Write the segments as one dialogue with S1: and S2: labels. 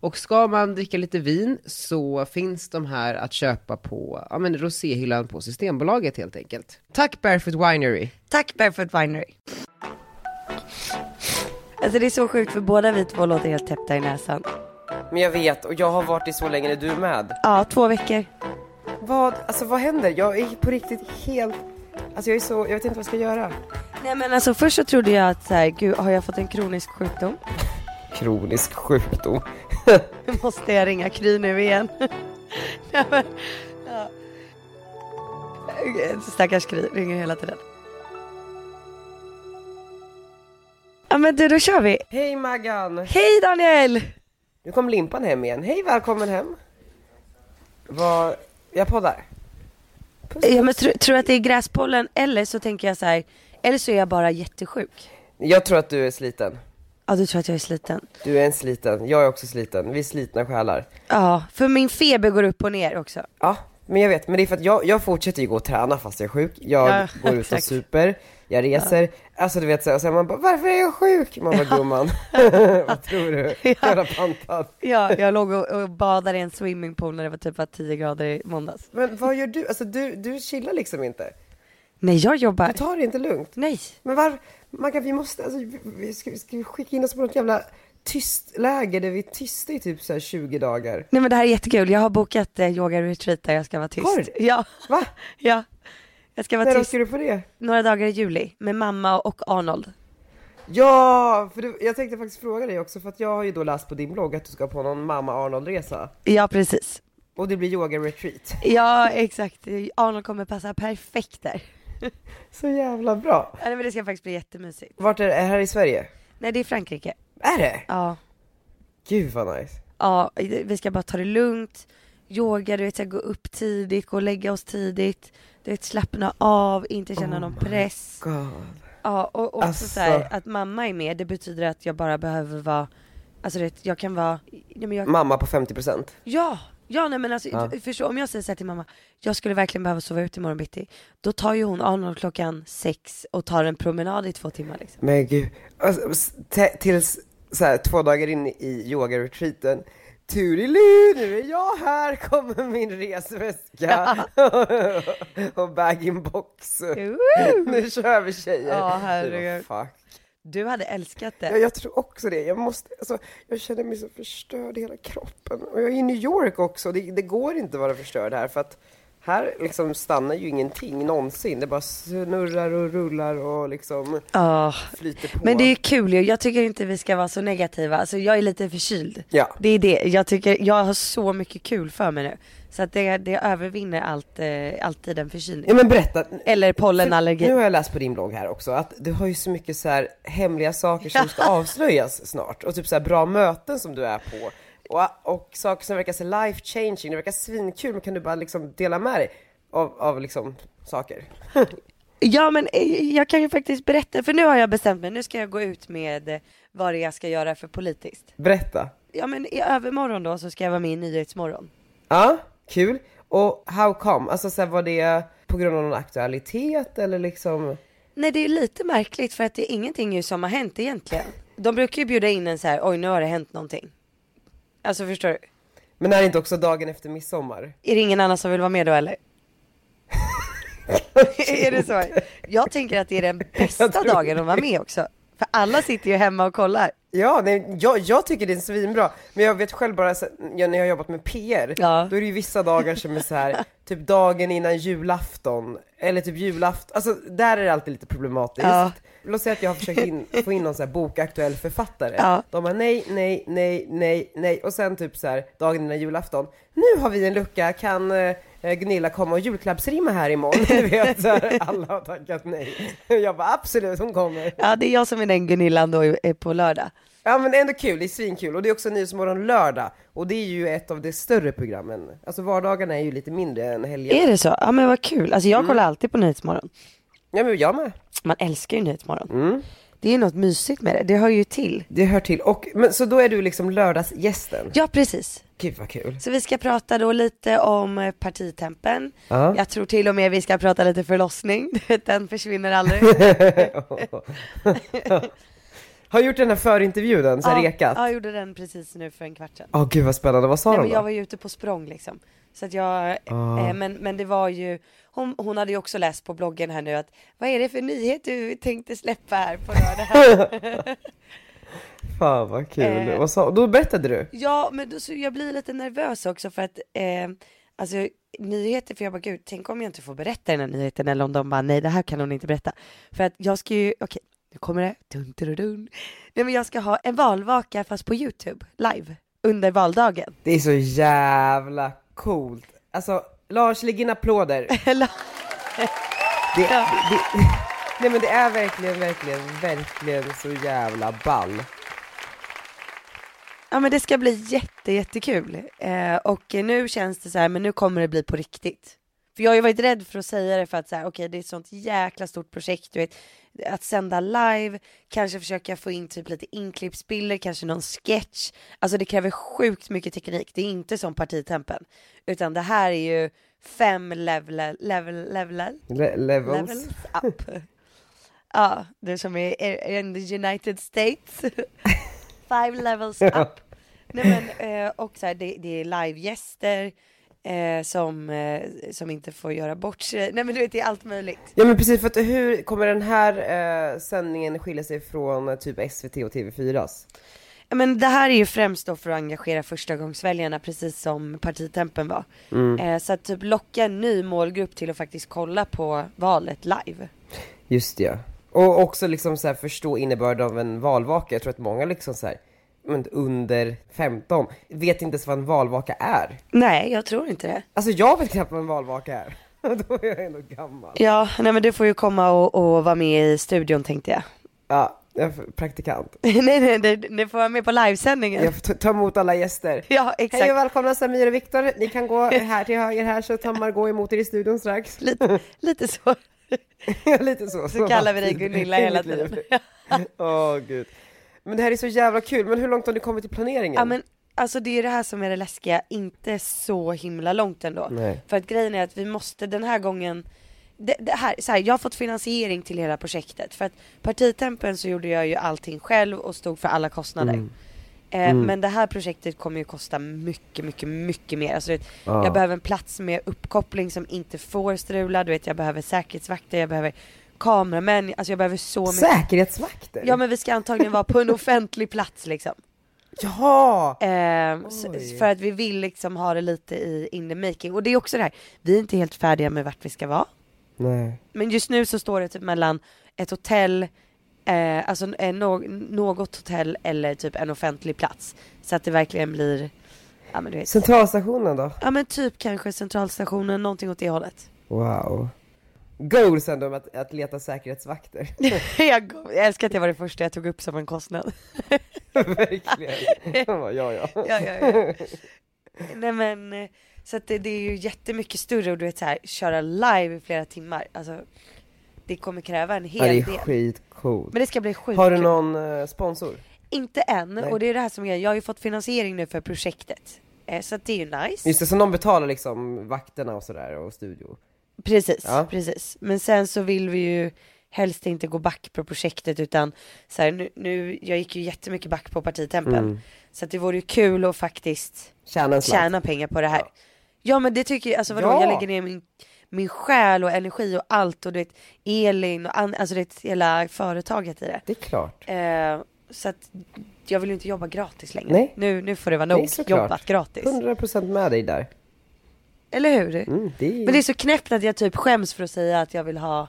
S1: Och ska man dricka lite vin så finns de här att köpa på ja, men roséhyllan på Systembolaget helt enkelt. Tack Barefoot Winery!
S2: Tack Barefoot Winery. Alltså det är så sjukt för båda vi två låter helt täppta i näsan.
S3: Men jag vet och jag har varit i så länge, är du med?
S2: Ja, två veckor.
S3: Vad, alltså vad händer? Jag är på riktigt helt, alltså jag är så, jag vet inte vad jag ska göra.
S2: Nej men alltså först så trodde jag att så här, gud har jag fått en kronisk sjukdom?
S3: Kronisk sjukdom.
S2: Nu måste jag ringa Kry nu igen. Nej, men, ja. Stackars Kry, ringer hela tiden. Ja men du, då kör vi.
S3: Hej Maggan!
S2: Hej Daniel!
S3: Nu kom Limpan hem igen. Hej välkommen hem. Vad, jag poddar.
S2: Ja, men tro, tror du att det är gräspollen eller så tänker jag så här, eller så är jag bara jättesjuk.
S3: Jag tror att du är sliten.
S2: Ja du tror att jag är sliten.
S3: Du är en sliten, jag är också sliten. Vi är slitna själar.
S2: Ja, för min feber går upp och ner också.
S3: Ja, men jag vet. Men det är för att jag, jag fortsätter ju gå och träna fast jag är sjuk. Jag
S2: Ja,
S3: går ut och
S2: exakt.
S3: super, jag reser. Alltså du vet så här, och sen man bara, varför är jag sjuk? Man bara, gumman, vad tror du? Jävla pantad.
S2: Ja, jag låg och, och badade i en swimmingpool när det var typ var 10 grader i måndags.
S3: Men vad gör du? Alltså du, du chillar liksom inte.
S2: Nej, jag jobbar.
S3: Du tar det inte lugnt.
S2: Nej.
S3: Men var, man kan, vi måste, alltså, vi- vi, ska, ska vi skicka in oss på något jävla tyst läger där vi är tysta i typ så här 20 dagar?
S2: Nej men det här är jättekul, jag har bokat eh, yoga-retreat där jag ska vara tyst.
S3: Har du?
S2: Ja.
S3: Va?
S2: Ja. Jag ska vara
S3: När
S2: tyst
S3: åker du på det?
S2: några dagar i juli med mamma och Arnold.
S3: Ja, för du, jag tänkte faktiskt fråga dig också för att jag har ju då läst på din blogg att du ska på någon mamma Arnold-resa.
S2: Ja precis.
S3: Och det blir yoga-retreat.
S2: Ja exakt, Arnold kommer passa perfekt där.
S3: Så jävla bra.
S2: Ja, Nej men det ska faktiskt bli jättemysigt.
S3: Vart är det? Är det här i Sverige?
S2: Nej det är Frankrike.
S3: Är det?
S2: Ja.
S3: Gud vad nice.
S2: Ja, vi ska bara ta det lugnt. Yoga, du vet så här, gå upp tidigt, gå och lägga oss tidigt. Du vet slappna av, inte känna någon press.
S3: God.
S2: Ja, och också
S3: Alltså.
S2: så här, att mamma är med, det betyder att jag bara behöver vara, alltså du vet, jag kan vara, ja men jag
S3: Mamma på 50%.
S2: Ja, ja nej men alltså,
S3: Ja.
S2: du förstår, om jag säger så här till mamma, jag skulle verkligen behöva sova ut imorgon bitti, då tar ju hon Arnold klockan sex och tar en promenad i två timmar liksom.
S3: Men gud, alltså, s- te- tills så här, två dagar in i yoga-retreaten. Turilu, nu är jag här, kommer min resväska och bag-in-box. Nu kör vi tjejer.
S2: Ja, herregud.
S3: Det var Fuck.
S2: Du hade älskat
S3: Ja,
S2: det.
S3: jag tror också det. Jag, måste, alltså, jag känner mig så förstörd i hela kroppen. Och jag är i New York också. Det, det går inte att vara förstörd här för att här liksom stannar ju ingenting någonsin. Det bara snurrar och rullar och liksom
S2: Ja.
S3: flyter på.
S2: Men det är kul ju, jag tycker inte vi ska vara så negativa, alltså jag är lite förkyld.
S3: Ja.
S2: Det är det, jag tycker, jag har så mycket kul för mig nu. Så att det, det övervinner allt, eh, alltid en förkylning.
S3: Ja men berätta.
S2: Eller
S3: Nu
S2: pollenallergi.
S3: har jag läst på din blogg här också att du har ju så mycket så här hemliga saker som ska avslöjas snart och typ så här bra möten som du är på och, och saker som verkar så life changing, det verkar svinkul men kan du bara liksom dela med dig av, av liksom saker?
S2: Ja men eh, jag kan ju faktiskt berätta, för nu har jag bestämt mig, nu ska jag gå ut med eh, vad det är jag ska göra för politiskt.
S3: Berätta.
S2: ja men i övermorgon då så ska jag vara med i Nyhetsmorgon.
S3: Ja, kul. Och how come? Alltså så här, var det på grund av någon aktualitet eller liksom?
S2: Nej det är lite märkligt för att det är ingenting ju som har hänt egentligen. De brukar ju bjuda in en så här, oj nu har det hänt någonting. Alltså förstår du?
S3: Men är det inte också dagen efter midsommar?
S2: Är det ingen annan som vill vara med då eller? är det så? Jag tänker att det är den bästa
S3: Jag tror
S2: dagen att vara med också. För alla sitter ju hemma och kollar.
S3: Ja, nej, jag, jag tycker det är svinbra. Men jag vet själv bara, så- ja, när jag har jobbat med PR,
S2: Ja.
S3: då är det ju vissa dagar som är så här, typ dagen innan julafton, eller typ julafton, alltså där är det alltid lite problematiskt.
S2: Ja.
S3: låt säga att jag har försökt in, få in någon så här bokaktuell författare.
S2: Ja.
S3: De bara nej, nej, nej, nej, nej. Och sen typ så här dagen innan julafton. Nu har vi en lucka, kan eh, Gunilla komma och julklappsrimma här imorgon? Du vet, så här, alla har tackat nej. Jag bara absolut, hon kommer.
S2: Ja, det är jag som är den Gunillan då eh, på lördag.
S3: Ja men ändå kul, det är svinkul. Och det är också Nyhetsmorgon lördag. Och det är ju ett av de större programmen. Alltså vardagarna är ju lite mindre än helgen.
S2: Är det så? Ja men vad kul. Alltså
S3: Mm.
S2: jag kollar alltid på Nyhetsmorgon.
S3: Ja men jag med.
S2: Man älskar ju Nyhetsmorgon.
S3: Mm.
S2: Det är ju något mysigt med det. Det hör ju till.
S3: Det hör till. Och, men, så då är du liksom lördagsgästen.
S2: Ja precis.
S3: Gud vad kul.
S2: Så vi ska prata då lite om eh, partitempen.
S3: Ja.
S2: Jag tror till och med vi ska prata lite förlossning. Du vet, Den försvinner aldrig.
S3: Alltså, Har gjort den här förintervjun, den, så här rekat?
S2: Ja, jag gjorde den precis nu för en kvart sedan.
S3: Åh gud vad spännande, vad sa
S2: Nej,
S3: de
S2: men
S3: då? Ah.
S2: jag var ju ute på språng liksom. Så att jag, eh, men, men det var ju, hon, hon hade ju också läst på bloggen här nu att vad är det för nyhet du tänkte släppa här på lördag?
S3: Fan vad kul.
S2: Eh.
S3: Vad sa... Då berättade du?
S2: ja, men då, så jag blir lite nervös också för att, eh, alltså nyheter, för jag bara gud, tänk om jag inte får berätta den här nyheten eller om de bara nej, det här kan hon inte berätta. För att jag ska ju, okej, nu kommer det, dun, dun, dun. Nej men jag ska ha en valvaka fast på YouTube, live, under valdagen.
S3: Det är så jävla coolt. Alltså, Lars, lägg in applåder.
S2: Eller-
S3: Det, det, nej men det är verkligen, verkligen, verkligen så jävla ball.
S2: Ja men det ska bli jätte, jättekul. Eh, och eh, nu känns det så här, men nu kommer det bli på riktigt. För jag har ju varit rädd för att säga det för att så här, okej det är ett sånt jäkla stort projekt, du vet. Att sända live, kanske försöka få in typ lite inklippsbilder, kanske någon sketch. Alltså det kräver sjukt mycket teknik, det är inte som partitempen. Utan det här är ju fem level, level, level,
S3: Le- levels.
S2: levels up. Ja, det som är är in the United States. Five levels up. Nej, men, eh, och så här, det, det är livegäster eh, som, eh, som inte får göra bort sig. Nej men du vet, det är allt möjligt.
S3: Ja men precis, för att hur kommer den här eh, sändningen skilja sig från eh, typ SVT och TV4s?
S2: Ja, Men det här är ju främst då för att engagera förstagångsväljarna, precis som partitempen var. Eh, så att typ locka en ny målgrupp till att faktiskt kolla på valet live.
S3: Just det, ja. Och också liksom så här förstå innebörden av en valvaka. Jag tror att många liksom så här, men under 15 vet inte ens vad en valvaka är.
S2: Nej, jag tror inte det.
S3: Alltså jag vet knappt vad en valvaka är. Då är jag ändå gammal.
S2: Ja, nej men du får ju komma och, och vara med i studion tänkte jag.
S3: Ja, jag är praktikant.
S2: nej, nej, nej, ni får vara med på livesändningen.
S3: Jag får ta- ta emot alla gäster.
S2: Ja, exakt.
S3: Hej och välkomna Samir och Viktor. Ni kan gå här till höger här så tar Margot emot er i studion strax.
S2: lite, lite så.
S3: Lite så.
S2: Så kallar vi dig Gunilla hela tiden.
S3: Åh gud. Men det här är så jävla kul. Men hur långt har ni kommit i planeringen?
S2: Ja, men alltså det är det här som är det läskiga, inte så himla långt ändå.
S3: Nej.
S2: För att grejen är att vi måste den här gången, det, det här, så här, jag har fått finansiering till hela projektet. För att partitempen så gjorde jag ju allting själv och stod för alla kostnader. Eh, Men det här projektet kommer ju kosta mycket, mycket, mycket mer. Alltså, du vet, Jag behöver en plats med uppkoppling som inte får strula, du vet jag behöver säkerhetsvakter, jag behöver kameramän, alltså jag behöver så mycket.
S3: Säkerhetsvakter?
S2: Ja men vi ska antagligen vara på en offentlig plats liksom.
S3: Jaha!
S2: Ehm, s- för att vi vill liksom ha det lite i in the making. Och det är också det här, vi är inte helt färdiga med vart vi ska vara.
S3: Nej.
S2: Men just nu så står det typ mellan ett hotell, eh, alltså eh, nå- något hotell eller typ en offentlig plats. Så att det verkligen blir, ja men du vet.
S3: Centralstationen då?
S2: Ja men typ kanske centralstationen, någonting åt det hållet.
S3: Wow. Goals ändå med att, att leta säkerhetsvakter.
S2: jag, jag älskar att det var det första jag tog upp som en kostnad.
S3: Verkligen. De bara, ja, ja.
S2: ja, ja, ja. Nej men, eh, så att det, det är ju jättemycket större och du vet så här, köra live i flera timmar, alltså det kommer kräva en
S3: Ja, det
S2: hel
S3: är
S2: del.
S3: skitcoolt.
S2: Men det ska bli sjukt
S3: Har du
S2: kul.
S3: någon eh, sponsor?
S2: Inte än,
S3: Nej.
S2: och det är det här som är jag har ju fått finansiering nu för projektet. Eh, Så att det är ju nice.
S3: Just det, så någon betalar liksom vakterna och sådär och studio.
S2: Precis,
S3: Ja.
S2: precis. Men sen så vill vi ju helst inte gå back på projektet utan så här, nu, nu, jag gick ju jättemycket back på partitempen.
S3: Mm.
S2: Så att det vore ju kul att faktiskt
S3: Tjäna en slant.
S2: tjäna pengar på det här. Ja, men det tycker jag, alltså vadå,
S3: Ja.
S2: jag lägger ner min, min själ och energi och allt och du vet Elin och an, alltså det hela företaget i det.
S3: Det är klart.
S2: Eh, så att jag vill ju inte jobba gratis längre.
S3: Nej.
S2: Nu, nu får det vara
S3: Nej,
S2: nog
S3: såklart.
S2: jobbat gratis.
S3: 100% med dig där.
S2: Eller hur?
S3: Mm, det är...
S2: Men det är så knäppt att jag typ skäms för att säga att jag vill ha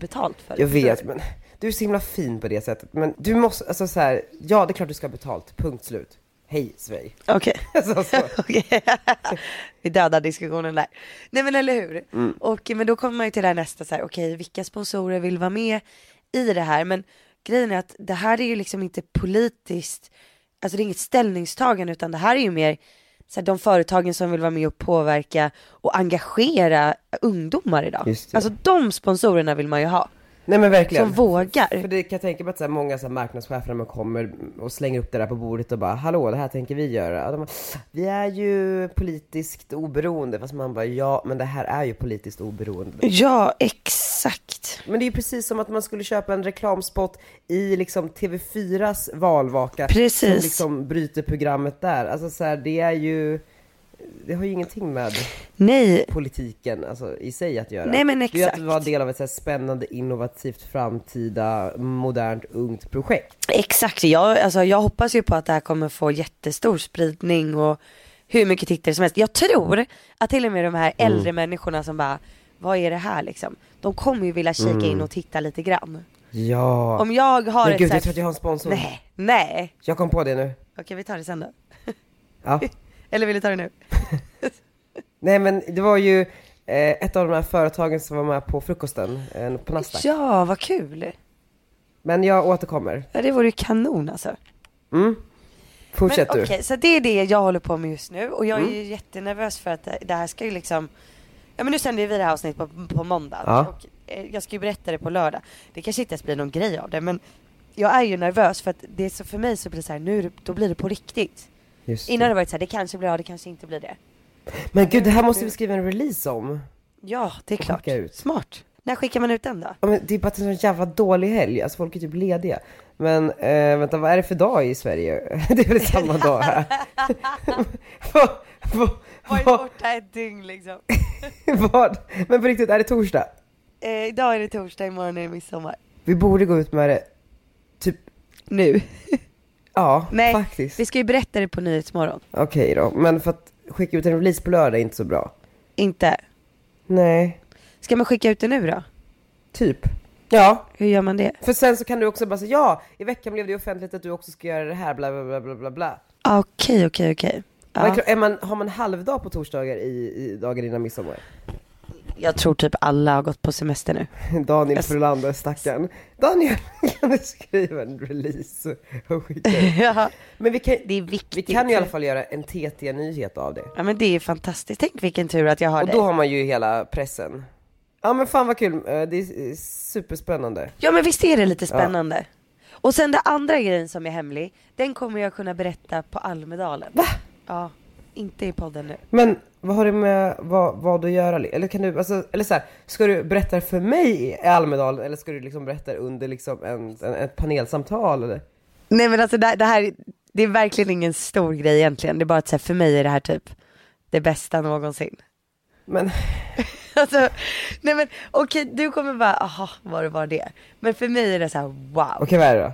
S2: betalt för det.
S3: Jag
S2: förstår
S3: vet
S2: du?
S3: men Du är så himla fin på det sättet. Men du måste, alltså så här, ja det är klart du ska ha betalt, punkt slut. Hej Svej.
S2: Okej.
S3: Alltså, så.
S2: Okej. Vi dödar diskussionen där. Nej men eller hur.
S3: Mm.
S2: Och, men då kommer man ju till det här nästa så här, okej vilka sponsorer vill vara med i det här? Men grejen är att det här är ju liksom inte politiskt, alltså det är inget ställningstagande utan det här är ju mer så här, de företagen som vill vara med och påverka och engagera ungdomar idag.
S3: Just det.
S2: Alltså de sponsorerna vill man ju ha.
S3: Nej men verkligen.
S2: Som vågar.
S3: För det kan jag tänka mig att så här, många så här, marknadschefer när man kommer och slänger upp det där på bordet och bara hallå det här tänker vi göra. Och de bara, vi är ju politiskt oberoende. Fast man bara ja men det här är ju politiskt oberoende.
S2: Ja, exakt.
S3: Men det är ju precis som att man skulle köpa en reklamspot i liksom TV4s valvaka.
S2: Precis.
S3: Som liksom bryter programmet där. Alltså så här, det är ju, det har ju ingenting med
S2: Nej,
S3: politiken alltså, i sig att göra.
S2: Nej, men
S3: Det är ju
S2: exakt.
S3: att vara del av ett så här spännande, innovativt, framtida, modernt, ungt projekt.
S2: Exakt, jag, alltså, jag hoppas ju på att det här kommer få jättestor spridning och hur mycket tittare som helst. Jag tror att till och med de här äldre människorna som bara, vad är det här liksom? De kommer ju vilja kika in och titta lite grann.
S3: Ja.
S2: Om jag har
S3: Men
S2: ett
S3: gud,
S2: så här-
S3: jag tror att jag har en sponsor.
S2: Nej, nej.
S3: Jag kom på det nu.
S2: Okej vi tar det sen då.
S3: Ja.
S2: Eller vill du ta det nu?
S3: Nej men det var ju eh, ett av de här företagen som var med på frukosten eh, på Nasdaq.
S2: Ja, vad kul.
S3: Men jag återkommer.
S2: Ja, det vore ju kanon alltså. Men
S3: Fortsätt
S2: okej,
S3: du. Mm.
S2: så det är det jag håller på med just nu och jag är ju jättenervös för att det- det här ska ju liksom Ja men nu sänder ju vi det här avsnittet på, på måndag
S3: Ja.
S2: och eh, jag ska ju berätta det på lördag. Det kanske inte ens blir någon grej av det men jag är ju nervös för att det är så, för mig så blir det så här, nu är det- då blir det på riktigt.
S3: Just det.
S2: Innan har det varit så här, det kanske blir av, det kanske inte blir det.
S3: Men gud, det här måste vi skriva en release om.
S2: Ja, det är klart.
S3: skicka ut.
S2: Smart. När skickar man ut den då?
S3: Ja, men Det är bara att det är en sån jävla dålig helg, alltså folk är typ lediga. Men eh, vänta, vad är det för dag i Sverige? Det är väl samma dag här? vad, vad,
S2: Varit
S3: vad,
S2: borta ett dygn liksom.
S3: vad? Men på riktigt, är det torsdag?
S2: Eh, idag är det torsdag, imorgon är det midsommar.
S3: Vi borde gå ut med det, typ,
S2: Nu.
S3: ja
S2: Nej,
S3: faktiskt.
S2: vi ska ju berätta det på Nyhetsmorgon.
S3: Okej då, men för att skicka ut en release på lördag är inte så bra.
S2: Inte.
S3: Nej,
S2: Ska man skicka ut det nu då?
S3: typ. Ja,
S2: Hur gör man det?
S3: för sen så kan du också bara säga ja, i veckan blev det offentligt att du också ska göra det här, bla bla bla bla bla bla.
S2: Ah, Okej, okej, okej.
S3: Men
S2: Ja.
S3: klar- Är man, har man halvdag på torsdagar i, i dagen innan midsommar?
S2: Jag tror typ alla har gått på semester nu.
S3: Daniel
S2: Jag s-
S3: Frölander, stackarn. Daniel, kan du skriva en release och skicka ut?
S2: ja,
S3: Men vi kan,
S2: det är viktigt.
S3: vi kan i alla fall göra en TT-nyhet av det.
S2: Ja men det är fantastiskt. Tänk vilken tur att jag har
S3: Och
S2: dig.
S3: då har man ju hela pressen. Ja men fan vad kul, Eh, det är eh, superspännande.
S2: Ja men visst är det lite spännande? Och sen den andra grejen som är hemlig, den kommer jag kunna berätta på Almedalen. Va? Ja, inte i podden nu.
S3: Men vad har det med vad, vad att göra? Eller kan du, alltså, eller så här, ska du berätta för mig i Almedalen eller ska du liksom berätta under liksom en, en, ett panelsamtal eller?
S2: Nej men alltså det, det här, det är verkligen ingen stor grej egentligen. Det är bara att så här, för mig är det här typ det bästa någonsin.
S3: Men
S2: Alltså, nej men okej du kommer bara, aha var det var det. Men för mig är det så här wow.
S3: okej vad är det då?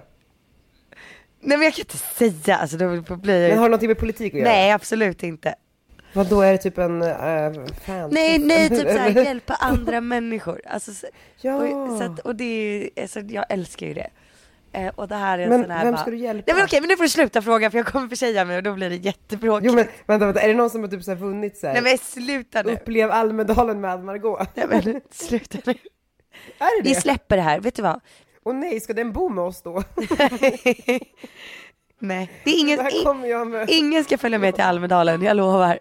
S2: Nej men jag kan inte säga, alltså då blir
S3: Men
S2: jag
S3: har det någonting med politik att göra?
S2: Nej absolut inte.
S3: Vad då är det typ en äh, fan?
S2: Nej nej typ såhär hjälpa andra människor. Alltså, så-
S3: Ja.
S2: och, så att, och det är alltså, jag älskar ju det. Eh, och det här är en
S3: Men
S2: sån här
S3: vem
S2: bara...
S3: ska du hjälpa?
S2: Nej men okej men nu får du sluta fråga för jag kommer försäga mig och då blir det jättebråkigt.
S3: Jo men vänta, vänta, är det någon som har typ så här vunnit så här,
S2: Nej men sluta nu.
S3: upplev Almedalen med Margot?
S2: Nej men sluta nu.
S3: Är det
S2: Vi
S3: det?
S2: släpper det här, vet du vad?
S3: Och nej, ska den bo med oss då?
S2: Nej, det är ingen,
S3: Där kommer jag med.
S2: ingen ska följa med till Almedalen, jag lovar.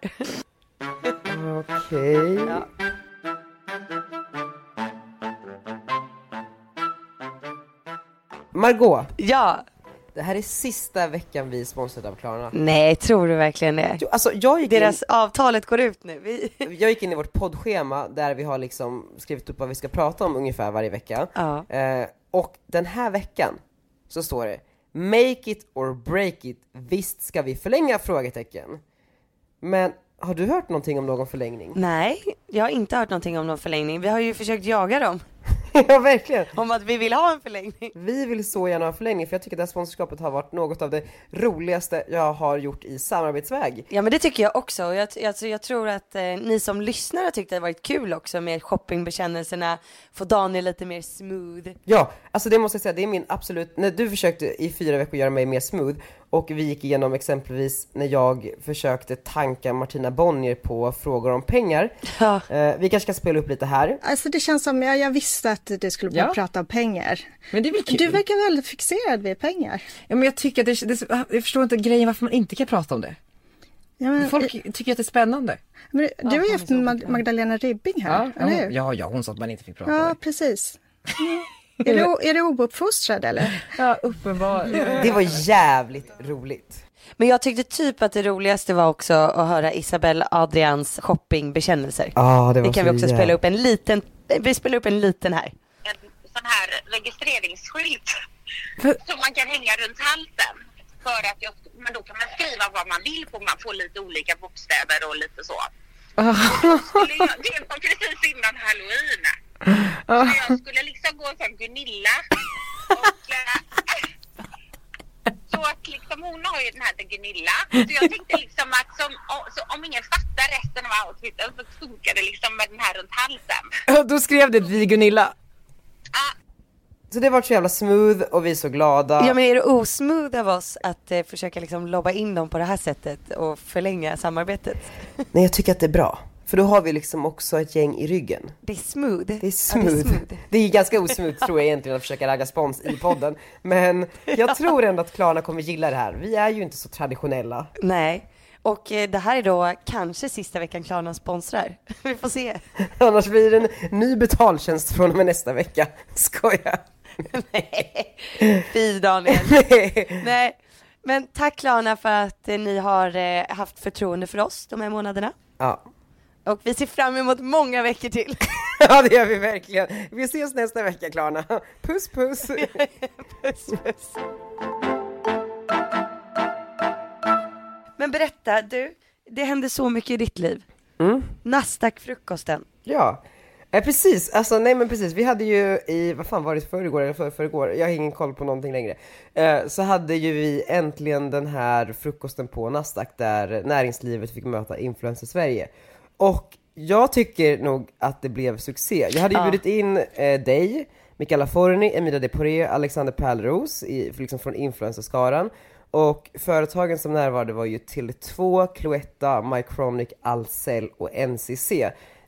S3: Okej. Margot,
S2: Ja.
S3: det här är sista veckan vi är sponsrade av Klarna.
S2: Nej, tror du verkligen det?
S3: Jo, Alltså jag gick, in,
S2: Deras avtalet går ut nu. Vi...
S3: jag gick in i vårt poddschema där vi har liksom skrivit upp vad vi ska prata om ungefär varje vecka.
S2: Ja.
S3: Eh, och den här veckan så står det Make it or break it, visst ska vi förlänga? frågetecken. Men har du hört någonting om någon förlängning?
S2: Nej, jag har inte hört någonting om någon förlängning. Vi har ju försökt jaga dem.
S1: ja, verkligen.
S2: Om att vi vill ha en förlängning.
S1: Vi vill så gärna ha en förlängning för jag tycker det här sponsorskapet har varit något av det roligaste jag har gjort i samarbetsväg.
S2: Ja men det tycker jag också. Och Jag, t- alltså, jag tror att eh, ni som lyssnar har tyckt det har varit kul också med shoppingbekännelserna. Få Daniel lite mer smooth.
S1: Ja, alltså det måste jag säga, det är min absolut, när du försökte i fyra veckor göra mig mer smooth och vi gick igenom exempelvis när jag försökte tanka Martina Bonnier på frågor om pengar.
S2: Ja.
S1: Eh, vi kanske ska spela upp lite här.
S4: Alltså det känns som, jag, jag visste att det skulle bli
S5: Ja.
S4: prata om pengar.
S5: Men det är väl kul?
S4: Du verkar väldigt fixerad vid pengar.
S5: Ja, men jag tycker att det, det, jag förstår inte grejen varför man inte kan prata om det.
S4: Ja, men, eh,
S5: Folk
S3: Eh.
S5: tycker att det är spännande.
S4: men, du har ju haft Mag- Magdalena Ribbing här,
S5: ja,
S4: eller
S3: Mm.
S5: hon,
S4: hur?
S5: ja, ja, hon sa att man inte fick prata om
S4: Ja,
S5: det.
S4: precis. Mm. Är du, o- är du ouppfostrad eller?
S5: Ja, uppenbarligen.
S1: Det var jävligt roligt.
S2: Men jag tyckte typ att det roligaste var också att höra Isabelle Adrians shoppingbekännelser.
S1: Ja, det var
S2: det kan vi
S1: så
S2: också
S1: jävla-
S2: spela upp en liten. eh, Vi spelar upp en liten här.
S6: en sån här registreringsskylt
S5: För-
S6: som man kan hänga runt halsen. För att jag, men då kan man skriva vad man vill på, man får lite olika bokstäver och lite så. Skulle jag, det var precis innan halloween. Så jag skulle liksom gå som Gunilla. Och, eh, så att liksom hon har ju den här till Gunilla. Så jag tänkte liksom att som, o- så om ingen fattar resten av outfiten så funkar det liksom med den här runt halsen. Ah,
S5: Då skrev det vi Gunilla.
S1: Så det var så jävla smooth och vi är så glada.
S2: Ja men är det osmooth av oss att eh, försöka liksom lobba in dem på det här sättet och förlänga samarbetet?
S1: Nej jag tycker att det är bra. För då har vi liksom också ett gäng i ryggen.
S2: Det är smooth.
S1: Det är smooth.
S2: Ja,
S1: det, är ganska osmooth tror jag egentligen att försöka ragga spons i podden. Men jag tror ändå att Klarna kommer gilla det här. Vi är ju inte så traditionella.
S2: Nej. Och eh, det här är då kanske sista veckan Klarna sponsrar. Vi får se.
S1: Annars blir det en ny betaltjänst från och med nästa vecka. Skoja.
S2: Fy Daniel. Nej. Men tack Klarna för att eh, ni har eh, haft förtroende för oss de här månaderna.
S1: Ja.
S2: Och vi ser fram emot många veckor till.
S1: ja, det gör vi verkligen. Vi ses nästa vecka Klarna. Puss puss.
S2: Men berätta, du, det hände så mycket i ditt liv. Nasdaq-frukosten.
S1: Ja, eh, precis. Alltså, nej men precis. Vi hade ju i, vad fan var det, förrgår eller för, förrgår? Jag har ingen koll på någonting längre. Eh, så hade ju vi äntligen den här frukosten på Nasdaq där näringslivet fick möta influencer Sverige. Och jag tycker nog att det blev succé. Jag hade ju bjudit in eh, dig, Mikaela Forni, Emilia Deporé, Alexander Pärleros i, liksom från influencerskaran. Och företagen som närvarade var ju Tele2, Cloetta, Mycronic, Ahlsell och NCC.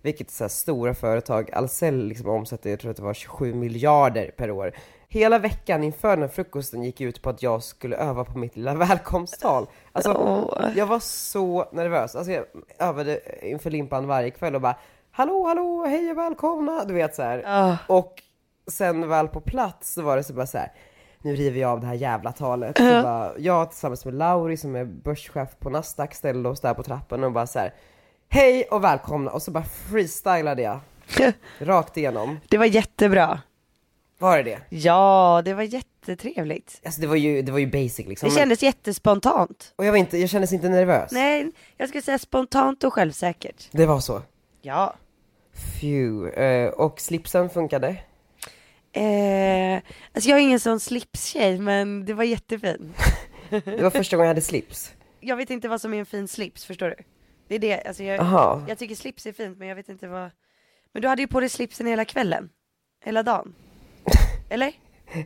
S1: Vilket är så här stora företag. Ahlsell liksom omsätter, jag tror att det var 27 miljarder per år. Hela veckan inför den här frukosten gick ut på att jag skulle öva på mitt lilla välkomsttal. Alltså, jag var så nervös. Alltså, jag övade inför limpan varje kväll och bara Hallå, hallå, hej och välkomna! Du vet så här. Och sen väl på plats så var det så bara så här nu river jag av det här jävla talet. Så bara, jag tillsammans med Lauri som är börschef på Nasdaq ställde oss där på trappan och bara så här. Hej och välkomna och så bara freestylade jag. Rakt igenom.
S2: Det var jättebra.
S1: Var det det?
S2: Ja, det var jättetrevligt.
S1: Alltså det var ju, det var ju basic liksom.
S2: Det kändes jättespontant.
S1: Och jag, var inte, jag kändes inte nervös.
S2: Nej, jag skulle säga spontant och självsäkert.
S1: Det var så.
S2: Ja.
S1: Phew. Eh, och slipsen funkade.
S2: Eh, alltså jag är ingen sån slipstjej, men det var jättefin.
S1: Det var första gången jag hade slips.
S2: Jag vet inte vad som är en fin slips, förstår du? Det är det, alltså jag,
S1: Jaha.
S2: jag tycker slips är fint, men jag vet inte vad. Men du hade ju på dig slipsen hela kvällen. Hela dagen. Eller?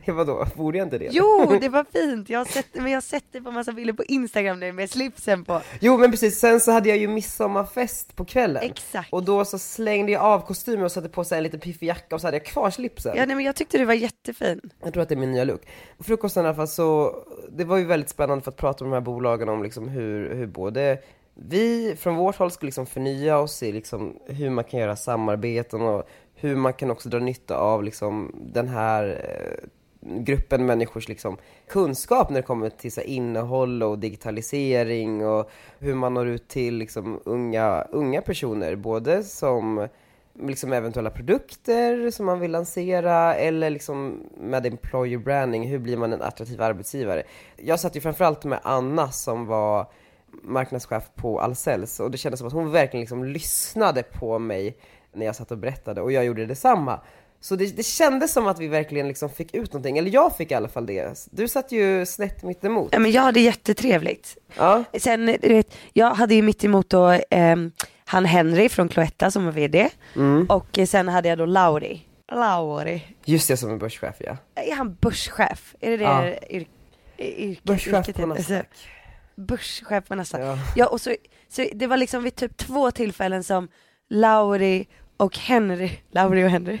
S1: Vadå, borde jag inte det?
S2: Jo, det var fint. Jag har sett, men jag har sett det på massa bilder på Instagram nu med slipsen på.
S1: Jo men precis, sen så hade jag ju midsommarfest på kvällen.
S2: Exakt.
S1: Och då så slängde jag av kostymen och satte på sig en liten piffig jacka och så hade jag kvar slipsen.
S2: Ja, nej, men jag tyckte du var jättefin.
S1: Jag tror att det är min nya look. Frukosten i alla fall så, det var ju väldigt spännande för att prata med de här bolagen om liksom hur, hur både vi från vårt håll ska liksom förnya oss i liksom hur man kan göra samarbeten och hur man kan också dra nytta av liksom den här eh, gruppen människors liksom kunskap när det kommer till så här, innehåll och digitalisering och hur man når ut till liksom unga, unga personer, både som liksom eventuella produkter som man vill lansera eller liksom med employer branding, hur blir man en attraktiv arbetsgivare? Jag satt ju framförallt med Anna som var marknadschef på Ahlsells och det kändes som att hon verkligen liksom lyssnade på mig när jag satt och berättade och jag gjorde detsamma. Så det, det kändes som att vi verkligen liksom fick ut någonting, eller jag fick i alla fall det. Du satt ju snett mittemot.
S2: Ja, men jag hade jättetrevligt.
S1: Ja.
S2: Sen, du vet, jag hade ju mitt emot då ehm, han Henry från Cloetta som var vd.
S1: Mm.
S2: Och eh, sen hade jag då Lauri. Lauri.
S1: Just det, som en börschef ja.
S2: Är han börschef? Är det det
S1: Ja.
S2: yr- y- yrket?
S1: Börschef
S2: yrket
S1: på
S2: heter? Alltså,
S1: Nasdaq.
S2: Börschef på Nasdaq.
S1: Ja.
S2: Ja. och så, så det var liksom vid typ två tillfällen som Lauri och Henry, Lauri och Henry,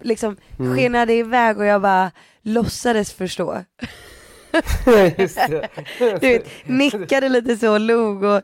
S2: liksom
S1: Mm.
S2: skenade iväg och jag bara låtsades förstå.
S1: Just det.
S2: Du vet, nickade lite så och log och,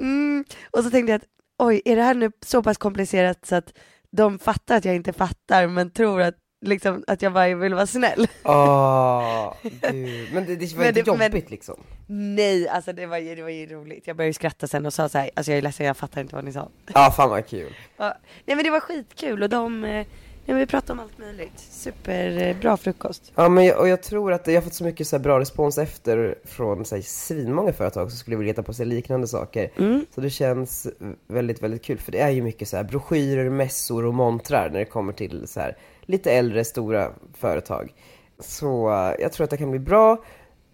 S2: mm, och så tänkte jag att oj, är det här nu så pass komplicerat så att de fattar att jag inte fattar men tror att, liksom, att jag bara vill vara snäll.
S1: Åh, Ah, gud. Men det, det var
S2: Men
S1: inte
S2: det- men-
S1: jobbigt liksom.
S2: Nej, alltså det var, ju, det var ju roligt. Jag började ju skratta sen och sa så här, alltså jag är ledsen, jag fattar inte vad ni sa.
S1: Ja, fan vad kul.
S2: Ja, nej men det var skitkul och de, eh, nej, vi pratade om allt möjligt. Superbra frukost.
S1: Ja, men jag, och jag tror att jag har fått så mycket så här bra respons efter från så här, svinmånga företag som skulle vilja ta på sig liknande saker.
S2: Mm.
S1: Så det känns väldigt, väldigt kul. För det är ju mycket så här broschyrer, mässor och montrar när det kommer till så här lite äldre, stora företag. Så eh, jag tror att det kan bli bra.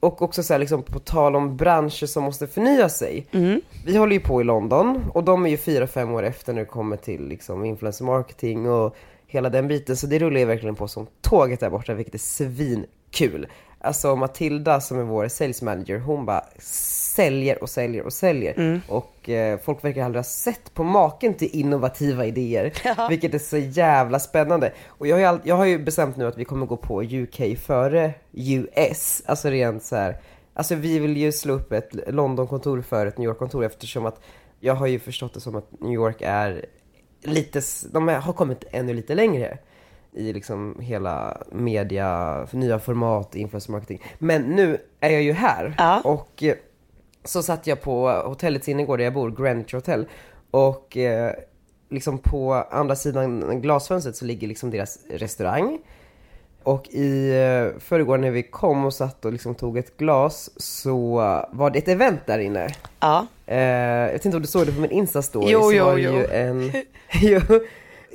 S1: Och också så här, liksom, på tal om branscher som måste förnya sig. Vi håller ju på i London och de är ju fyra, fem år efter när det kommer till liksom, influencer marketing och hela den biten. Så det rullar ju verkligen på som tåget där borta, vilket är svinkul. Alltså Matilda som är vår sales manager, hon bara säljer och säljer och säljer. Och eh, folk verkar aldrig ha sett på maken till innovativa idéer. Vilket är så jävla spännande. Och jag har, ju all, jag har ju bestämt nu att vi kommer gå på UK före US. Alltså rent så här. Alltså vi vill ju slå upp ett Londonkontor för ett New York-kontor eftersom att jag har ju förstått det som att New York är lite, s- de har kommit ännu lite längre i liksom hela media, nya format, influencer marketing. Men nu är jag ju här
S2: Ja.
S1: och eh, så satt jag på hotellets innergård där jag bor, Greenwich Hotel. Och eh, liksom på andra sidan glasfönstret så ligger liksom deras restaurang. Och i eh, förrgår när vi kom och satt och liksom tog ett glas så var det ett event där inne.
S2: Ja.
S1: Eh, jag vet inte om du såg det på min Insta-story.
S2: Jo,
S1: så
S2: jo,
S1: var det
S2: jo.
S1: Ju en, jo.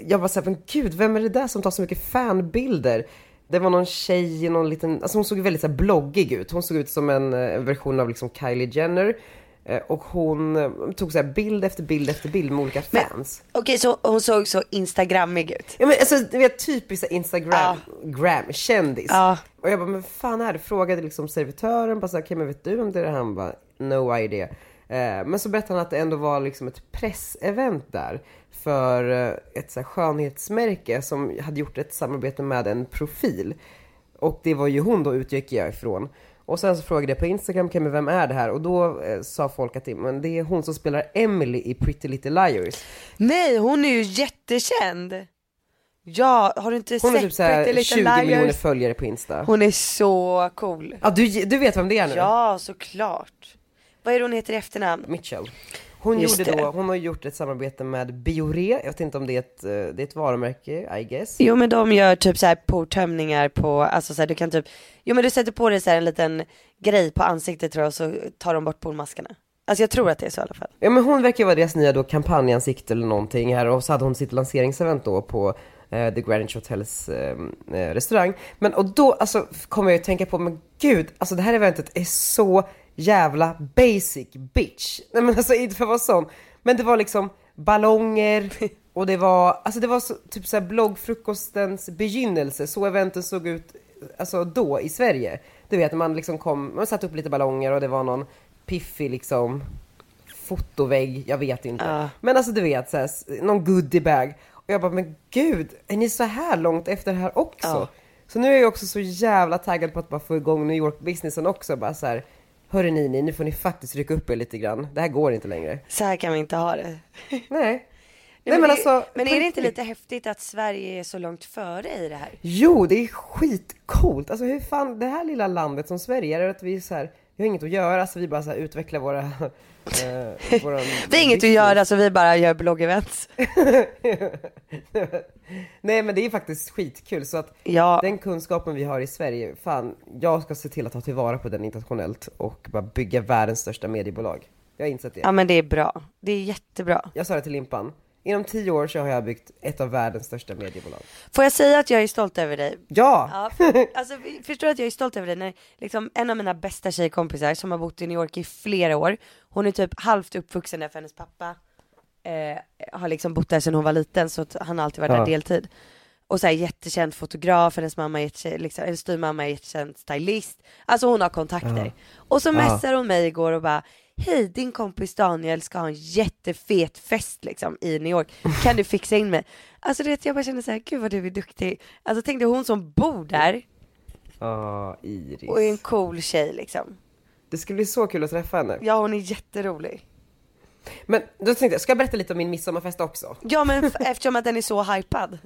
S1: Jag var såhär, men gud, vem är det där som tar så mycket fanbilder? Det var någon tjej i någon liten, alltså hon såg väldigt så här bloggig ut. Hon såg ut som en, eh, en version av liksom Kylie Jenner. Eh, och hon eh, tog så här bild efter bild efter bild med olika
S2: Men-
S1: fans.
S2: Okej, så hon såg så instagrammig ut.
S1: Ja men alltså du vet typiskt instagram, gram, kändis.
S2: Ja.
S1: Och jag bara, men fan är det? Frågade liksom servitören, bara så här, okej men vet du om det är det här? Han bara, no idea. Eh, men så berättade han att det ändå var liksom ett pressevent där. För eh, ett så här, skönhetsmärke som hade gjort ett samarbete med en profil. Och det var ju hon då utgick jag ifrån. Och sen så frågade jag på Instagram, okay, men vem är det här? Och då eh, sa folk att det, men det är hon som spelar Emily i Pretty Little Liars.
S2: Nej, hon är ju jättekänd. Ja, har du inte
S1: Hon har
S2: sett
S1: typ så här
S2: Pretty
S1: 20
S2: Little
S1: miljoner
S2: Liars?
S1: följare på Insta.
S2: Hon är så cool.
S1: Ja, du, du vet vem det är nu?
S2: Ja, såklart. Vad är det hon heter i efternamn?
S1: Mitchell. Hon,
S2: Just
S1: gjorde
S2: det.
S1: då, hon har gjort ett samarbete med Biore, jag vet inte om det är ett, eh, det är ett varumärke, I guess.
S2: Jo men de gör typ så här portömningar på, alltså så här, du kan typ, jo men du sätter på dig så här en liten grej på ansiktet tror jag och så tar de bort pormaskarna. Alltså jag tror att det är så i alla fall.
S1: Ja men hon verkar vara deras nya då kampanjansikte eller någonting här och så hade hon sitt lanseringsevent då på eh, The Greenwich Hotels eh, eh, restaurang. Men och då alltså kommer jag ju tänka på, men gud, alltså det här eventet är så jävla basic bitch. Nej men alltså inte för att vara sån, men det var liksom ballonger och det var, alltså det var så, typ såhär bloggfrukostens begynnelse, så eventen såg ut alltså då i Sverige. Du vet man liksom kom, man satte upp lite ballonger och det var någon piffig liksom fotovägg, jag vet inte. Men alltså du vet, så här, s- någon goodiebag. Och jag bara, men gud, är ni så här långt efter här också? Så nu är jag också så jävla taggad på att bara få igång New York-businessen också. Bara så här, hörru ni, nu får ni faktiskt rycka upp er lite grann. Det här går inte längre.
S2: Så här kan vi inte ha det.
S1: Nej.
S2: Nej,
S1: Nej, men alltså,
S2: är, men
S1: på
S2: är det inte
S1: riktigt.
S2: lite häftigt att Sverige är så långt före i det här?
S1: Jo, det är skitcoolt. Alltså hur fan, det här lilla landet som Sverige, är det att vi är så här, vi har inget att göra så vi bara så här utvecklar våra... Eh, våran
S2: Vi har inget att
S1: business.
S2: göra så vi bara gör bloggevents.
S1: Nej men det är faktiskt skitkul så att
S2: Ja.
S1: den kunskapen vi har i Sverige, fan jag ska se till att ta tillvara på den internationellt och bara bygga världens största mediebolag. Jag har insett det.
S2: Ja men det är bra. Det är jättebra.
S1: Jag sa det till Limpan, Inom tio år så har jag byggt ett av världens största mediebolag.
S2: Får jag säga att jag är stolt över dig?
S1: Ja!
S2: Ja, för, alltså, förstår du att jag är stolt över dig när liksom, en av mina bästa tjejkompisar som har bott i New York i flera år, hon är typ halvt uppvuxen där för hennes pappa eh, har liksom bott där sedan hon var liten så att han har alltid varit
S1: Ja.
S2: där deltid. Och så här jättekänd fotograf, hennes mamma är jättekänd, liksom, hennes styvmamma är jättekänd stylist. Alltså hon har kontakter. Och så messar hon mig igår och bara Hej, din kompis Daniel ska ha en jättefet fest liksom i New York. Kan du fixa in mig? Alltså du vet, jag bara känner så här, gud vad du är duktig. Alltså tänk dig hon som bor där
S1: Ja, Iris.
S2: och är en cool tjej liksom.
S1: Det skulle bli så kul att träffa henne.
S2: Ja, hon är jätterolig.
S1: Men då tänkte jag, ska jag berätta lite om min midsommarfest också?
S2: Ja, men f- eftersom att den är så hypad.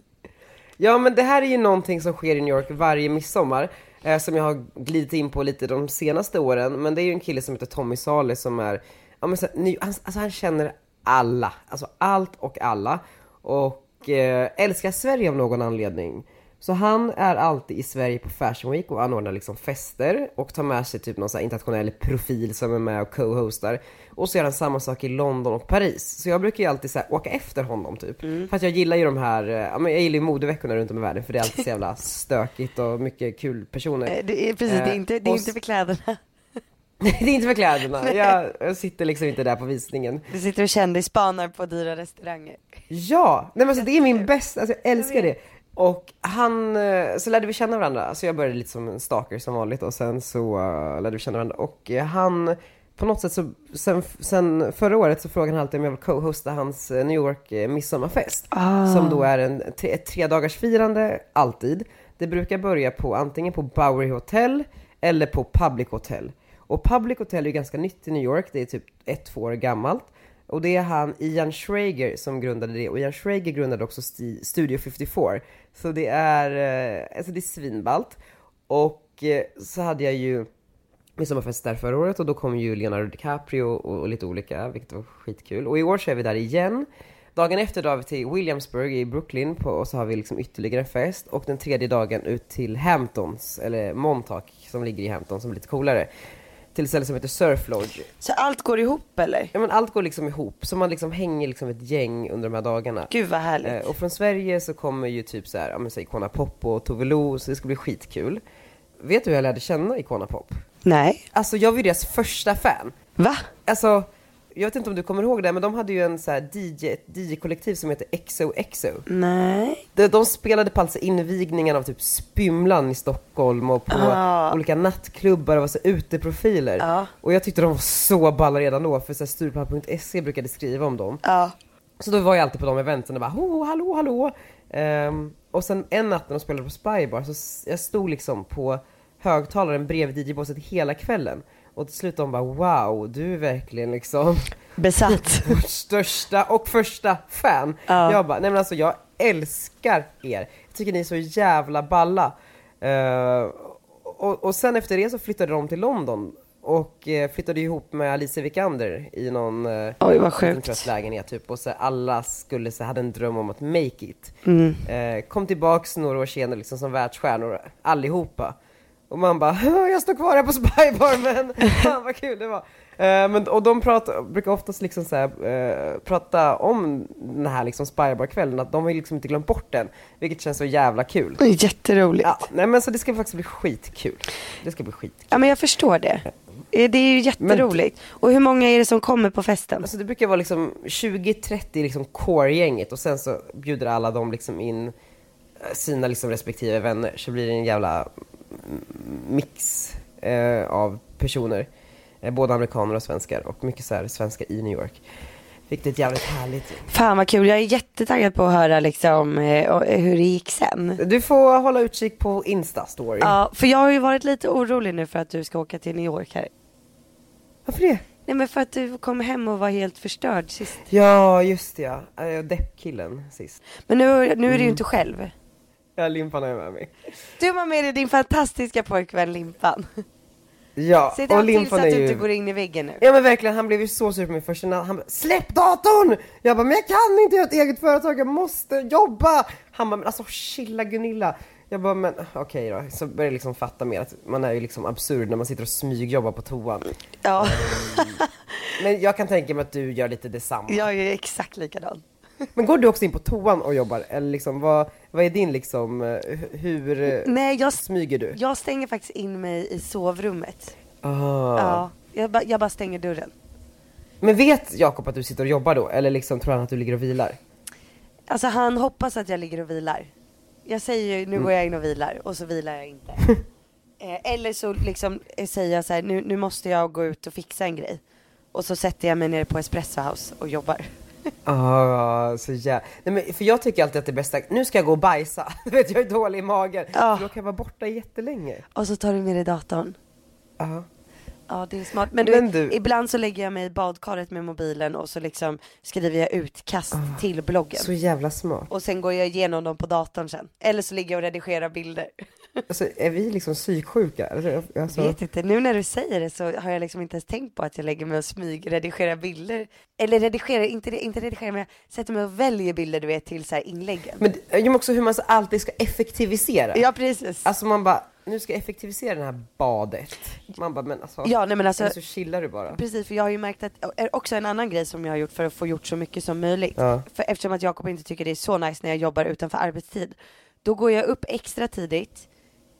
S1: Ja men det här är ju någonting som sker i New York varje midsommar. Eh, som jag har glidit in på lite de senaste åren. Men det är ju en kille som heter Tommy Saleh som är, ja men så, här, ny, han, alltså han känner alla. Alltså allt och alla. Och eh, älskar Sverige av någon anledning. Så han är alltid i Sverige på Fashion Week och anordnar liksom fester och tar med sig typ någon så här internationell profil som är med och co-hostar. Och så gör han samma sak i London och Paris. Så jag brukar ju alltid så här åka efter honom typ. För att jag gillar ju de här, eh, ja men jag gillar ju modeveckorna runt om i världen för det är alltid så jävla stökigt och mycket kul personer.
S2: Eh, Det är, precis, det är inte, det är
S1: och
S2: inte
S1: s-
S2: för kläderna.
S1: Nej, det är inte för kläderna. Jag, jag sitter liksom inte där på visningen.
S2: Du sitter och kändisspanar på dyra restauranger.
S1: Ja! Nej men alltså det är min bästa, alltså jag älskar det. Och han, eh, så lärde vi känna varandra, så jag började lite som en stalker som vanligt och sen så eh, lärde vi känna varandra och eh, han, på något sätt så, sen, sen förra året så frågade han alltid om jag vill co-hosta hans eh, New York eh, midsommarfest. Som då är en tre, ett tredagarsfirande alltid. Det brukar börja på antingen på Bowery Hotel eller på Public Hotel. Och Public Hotel är ju ganska nytt i New York, det är typ ett, två år gammalt. Och det är han Ian Schrager som grundade det och Ian Schrager grundade också Sti- Studio 54. Så det är, eh, alltså det är svinballt. Och eh, så hade jag ju midsommarfest där förra året och då kom ju Leonardo DiCaprio och, och lite olika, vilket var skitkul. Och i år så är vi där igen. Dagen efter drar vi till Williamsburg i Brooklyn på, och så har vi liksom ytterligare en fest. Och den tredje dagen ut till Hamptons, eller Montauk som ligger i Hampton som är lite coolare. Till ett ställe som heter Surf Lodge.
S2: Så allt går ihop eller?
S1: Ja men allt går liksom ihop, så man liksom hänger liksom ett gäng under de här dagarna.
S2: Gud vad härligt.
S1: Eh, och från Sverige så kommer ju typ så här, ja men säg Icona Pop och Tove Lo, så det ska bli skitkul. Vet du hur jag lärde känna Icona Pop?
S2: Nej.
S1: Alltså jag var ju deras första fan.
S2: Va?
S1: Alltså, jag vet inte om du kommer ihåg det, men de hade ju en så här DJ, ett DJ-kollektiv som heter XOXO.
S2: Nej.
S1: De, de spelade på alltså invigningen av typ Spymlan i Stockholm och på
S2: Ah.
S1: olika nattklubbar och var så uteprofiler.
S2: Ja.
S1: Och jag tyckte de var så balla redan då, för så här Stureplanet.se E brukade skriva om dem.
S2: Ja.
S1: Så då var jag alltid på de eventen och bara ho, hallå, hallå. Ehm, och sen en natt när de spelade på Spybar så s- jag stod liksom på högtalaren bredvid DJ-båset hela kvällen. Och till slut de bara wow, du är verkligen liksom
S2: Besatt.
S1: vårt största och första fan.
S2: Ja.
S1: Jag bara, nej men alltså jag älskar er. Jag tycker ni är så jävla balla. Eh, och, och sen efter det så flyttade de till London och eh, flyttade ihop med Alice Vikander i någon eh,
S2: Oj, vad
S1: liten
S2: sjukt.
S1: trött lägenhet typ. Och så alla skulle, så hade en dröm om att make it. Eh, kom tillbaks några år senare liksom som världsstjärnor, allihopa. Och man bara, jag står kvar här på Spybar men fan vad kul det var. Eh, men, och de pratar, brukar oftast liksom så här, eh, prata om den här liksom Spybar-kvällen, att de har ju liksom inte glömt bort den. Vilket känns så jävla kul.
S2: Det är jätteroligt.
S1: Ja,
S2: Ja.
S1: nej men så det ska faktiskt bli skitkul. Det ska bli skitkul.
S2: men jag förstår det. Eh, Det är ju jätteroligt. Och hur många är det som kommer på festen?
S1: Alltså det brukar vara liksom 20-30 liksom core-gänget och sen så bjuder alla dem liksom in eh, sina liksom respektive vänner så blir det en jävla mm, mix eh, av personer. Eh, både amerikaner och svenskar och mycket så här svenskar i New York. Vilket är ett jävligt härligt.
S2: Fan vad kul, jag är jättetaggad på att höra liksom eh, och- hur det gick sen.
S1: Du får hålla utkik på Insta-story.
S2: Ja, för jag har ju varit lite orolig nu för att du ska åka till New York här.
S1: Varför det?
S2: Nej men för att du kom hem och var helt förstörd sist.
S1: Ja, just det ja. Eh, Deppkillen sist.
S2: Men nu, nu är
S1: Mm.
S2: du ju inte själv.
S1: Ja, Limpan är med mig.
S2: Du har med dig din fantastiska pojkvän Limpan.
S1: Ja,
S2: Se
S1: och
S2: till så
S1: Limpan
S2: att
S1: är
S2: du
S1: ju...
S2: inte går in i väggen nu.
S1: Ja men verkligen, han blev ju så sur på mig först. Han bara, släpp datorn! Jag bara, men jag kan inte, jag har ett eget företag, jag måste jobba! Han bara, men alltså chilla Gunilla! Jag bara, men okej då. Så började jag liksom fatta mer att man är ju liksom absurd när man sitter och smygjobbar på toan.
S2: Ja,
S1: Men jag kan tänka mig att du gör lite detsamma.
S2: jag är exakt likadan.
S1: Men går du också in på toan och jobbar? Eller liksom, vad, vad är din liksom, eh, hur eh,
S2: Nej, jag,
S1: smyger du?
S2: jag stänger faktiskt in mig i sovrummet.
S1: Ah.
S2: Ja, jag, ba, jag bara stänger dörren.
S1: Men vet Jakob att du sitter och jobbar då? Eller liksom, tror han att du ligger och vilar?
S2: Alltså han hoppas att jag ligger och vilar. Jag säger ju nu
S1: Mm.
S2: går jag in och vilar och så vilar jag inte. eh, eller så liksom eh, säger jag så här nu, nu måste jag gå ut och fixa en grej. Och så sätter jag mig ner på Espresso House och jobbar.
S1: Ah, så jä... Nej, men, för jag tycker alltid att det bästa, nu ska jag gå och bajsa. Du vet, jag är dålig i magen.
S2: Ja.
S1: För Då kan jag vara borta jättelänge.
S2: Och så tar du med dig datorn.
S1: Ja.
S2: Ja det är smart. Men du,
S1: Men du-
S2: ibland så lägger jag mig i badkaret med mobilen och så liksom skriver jag utkast
S1: Ah.
S2: till bloggen.
S1: Så jävla smart.
S2: Och sen går jag igenom dem på datorn sen. Eller så ligger jag och redigerar bilder.
S1: Alltså, är vi liksom psyksjuka? Eller, Alltså,
S2: Vet inte, nu när du säger det så har jag liksom inte ens tänkt på att jag lägger mig och smygredigerar bilder. Eller redigerar, inte, inte redigerar men jag sätter mig och väljer bilder du vet till så här inläggen.
S1: men, ja, men också hur man så alltid ska effektivisera.
S2: Ja precis.
S1: Alltså man bara, nu ska jag effektivisera det här badet. Man bara, men alltså.
S2: Ja nej men alltså,
S1: Eller så chillar du bara.
S2: precis för jag har ju märkt att, och är också en annan grej som jag har gjort för att få gjort så mycket som möjligt.
S1: Ja.
S2: För eftersom att Jakob inte tycker det är så nice när jag jobbar utanför arbetstid. Då går jag upp extra tidigt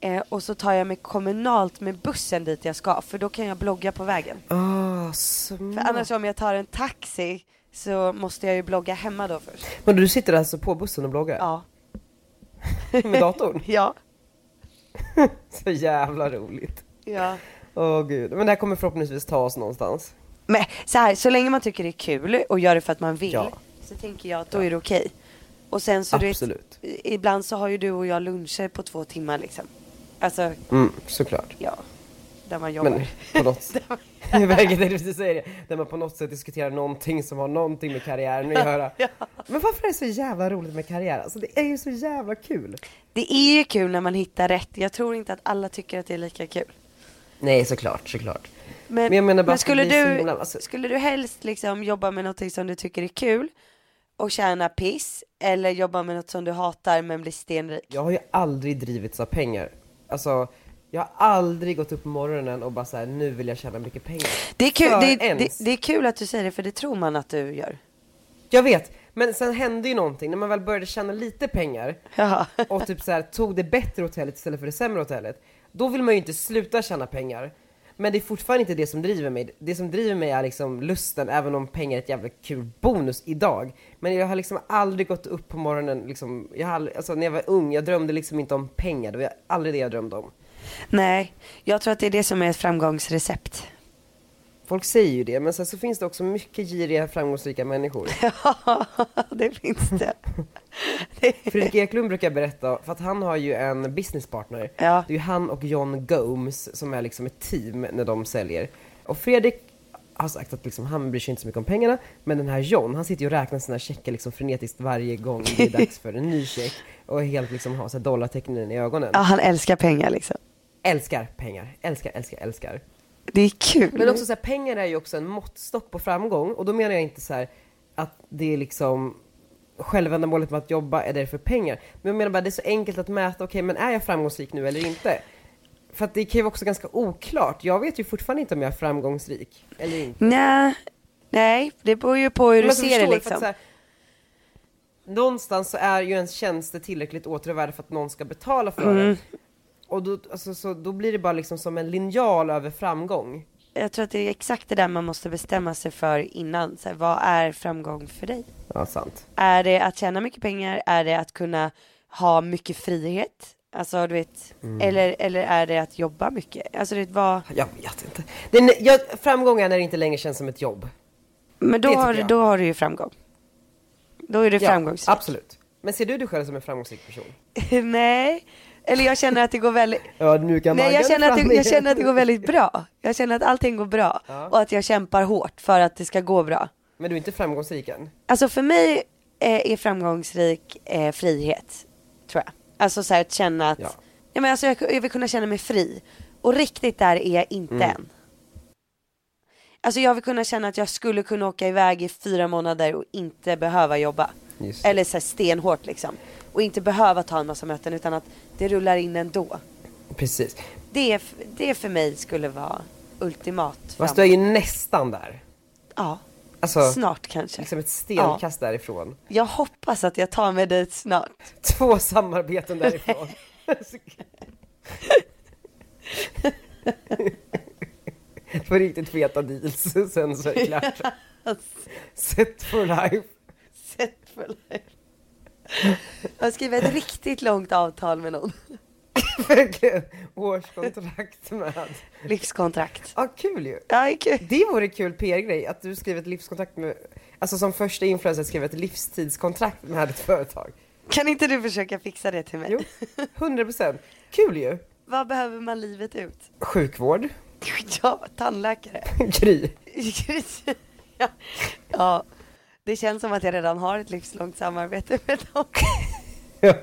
S2: eh, och så tar jag mig kommunalt med bussen dit jag ska för då kan jag blogga på vägen.
S1: Ah,
S2: För
S1: smart.
S2: annars om jag tar en taxi så måste jag ju blogga hemma då först.
S1: Men du sitter alltså på bussen och bloggar?
S2: Ja.
S1: Med datorn?
S2: Ja.
S1: så jävla roligt.
S2: ja.
S1: Åh gud. Men det här kommer förhoppningsvis ta oss någonstans.
S2: Men så här, så länge man tycker det är kul och gör det för att man vill
S1: Ja.
S2: så tänker jag att då är det okej. Och sen så
S1: Absolut.
S2: du vet, i- ibland så har ju du och jag luncher på två timmar liksom. Alltså,
S1: Mm, såklart.
S2: ja. Där man jobbar.
S1: Men på något sätt. Jag verkar det precis säger det. Där man på något sätt diskuterar någonting som har någonting med karriären att göra. Men varför är det så jävla roligt med karriär? Alltså det är ju så jävla kul.
S2: Det är ju kul när man hittar rätt. Jag tror inte att alla tycker att det är lika kul.
S1: Nej, såklart, såklart.
S2: Men,
S1: Men jag menar bara att det
S2: skulle,
S1: blir så
S2: du,
S1: himla- alltså-
S2: skulle du helst liksom jobba med någonting som du tycker är kul och tjäna piss eller jobba med något som du hatar men bli stenrik?
S1: Jag har ju aldrig drivits av pengar. Alltså, jag har aldrig gått upp på morgonen och bara så här, nu vill jag tjäna mycket pengar.
S2: Det är, kul,
S1: För
S2: det, det,
S1: ens.
S2: det är kul att du säger det för det tror man att du gör.
S1: Jag vet, men sen hände ju någonting. När man väl började tjäna lite pengar
S2: Ja.
S1: och typ så här, tog det bättre hotellet istället för det sämre hotellet. Då vill man ju inte sluta tjäna pengar. Men det är fortfarande inte det som driver mig. Det som driver mig är liksom lusten, även om pengar är ett jävla kul bonus idag. Men jag har liksom aldrig gått upp på morgonen, liksom, jag har aldrig, alltså när jag var ung, jag drömde liksom inte om pengar. Det var aldrig det jag drömde om.
S2: Nej, jag tror att det är det som är ett framgångsrecept.
S1: Folk säger ju det, men sen så finns det också mycket giriga, framgångsrika människor.
S2: Ja, det finns det.
S1: Fredrik Eklund brukar berätta, för att han har ju en businesspartner.
S2: Ja.
S1: Det är ju han och John Gomes som är liksom ett team när de säljer. Och Fredrik har sagt att liksom, han bryr sig inte så mycket om pengarna, men den här John, han sitter ju och räknar sina checkar liksom frenetiskt varje gång det är dags för en ny check. Och helt liksom har så här dollartecknen i ögonen.
S2: Ja, han älskar pengar liksom.
S1: Älskar pengar, älskar, älskar, älskar.
S2: Det är kul.
S1: Men också så här, pengar är ju också en måttstock på framgång och då menar jag inte så här att det är liksom självändamålet med att jobba är därför pengar. Men jag menar bara det är så enkelt att mäta, okej men är jag framgångsrik nu eller inte? För att det kan ju också ganska oklart. Jag vet ju fortfarande inte om jag är framgångsrik eller inte.
S2: Nej, nej, det beror ju på hur
S1: Men
S2: du
S1: alltså,
S2: ser det
S1: förstår
S2: liksom.
S1: För att, så här, någonstans så är ju ens tjänster tillräckligt återvärda för att någon ska betala
S2: Mm.
S1: för det. Och då, alltså, så, då blir det bara liksom som en linjal över framgång.
S2: Jag tror att det är exakt det där man måste bestämma sig för innan. Så här, vad är framgång för dig?
S1: Ja, sant.
S2: Är det att tjäna mycket pengar? Är det att kunna ha mycket frihet? Alltså du vet, eller, eller är det att jobba mycket? Alltså det var,
S1: Jag vet inte. Det är, när- jag, framgång är när det inte längre känns som ett jobb.
S2: men då
S1: Det
S2: har,
S1: tycker
S2: du-
S1: jag.
S2: då har du ju framgång. Då är du framgångsrik.
S1: Ja, absolut. Men ser du dig själv som en framgångsrik person?
S2: Nej, eller jag känner att det går väldigt,
S1: Ödmjuka
S2: nej jag känner, att det, jag känner att det går väldigt bra. Jag känner att allting går bra
S1: Ja.
S2: och att jag kämpar hårt för att det ska gå bra.
S1: Men du är inte framgångsrik än?
S2: Alltså för mig eh, är framgångsrik eh, frihet, tror jag. Alltså så här att känna att, ja.
S1: Ja.
S2: men alltså jag, jag vill kunna känna mig fri. Och riktigt där är jag inte än. Alltså jag vill kunna känna att jag skulle kunna åka iväg i fyra månader och inte behöva jobba.
S1: Just det.
S2: Eller så här stenhårt liksom. Och inte behöva ta en massa möten utan att det rullar in ändå.
S1: Precis.
S2: Det, är f- det för mig skulle vara ultimat.
S1: Fast
S2: fram-
S1: du är ju nästan där.
S2: Ja.
S1: Alltså,
S2: Snart kanske.
S1: liksom ett stenkast därifrån.
S2: Jag hoppas att jag tar mig dit snart.
S1: Två samarbeten därifrån. På riktigt feta deals, sen så är det klart. Set for life.
S2: Set for life. Jag skriver ett riktigt långt avtal med någon.
S1: Verkligen. Årskontrakt med.
S2: Livskontrakt.
S1: Ja, kul ju.
S2: Ja, det är kul.
S1: Det vore kul PR-grej, att du skriver ett livskontrakt med, alltså som första influencer skriver ett livstidskontrakt med ett företag.
S2: Kan inte du försöka fixa det till mig?
S1: Jo, 100 procent. Kul ju.
S2: Vad behöver man livet ut?
S1: Sjukvård,
S2: Ja, tandläkare.
S1: Gry.
S2: ja. ja, det känns som att jag redan har ett livslångt samarbete med dem.
S1: Ja.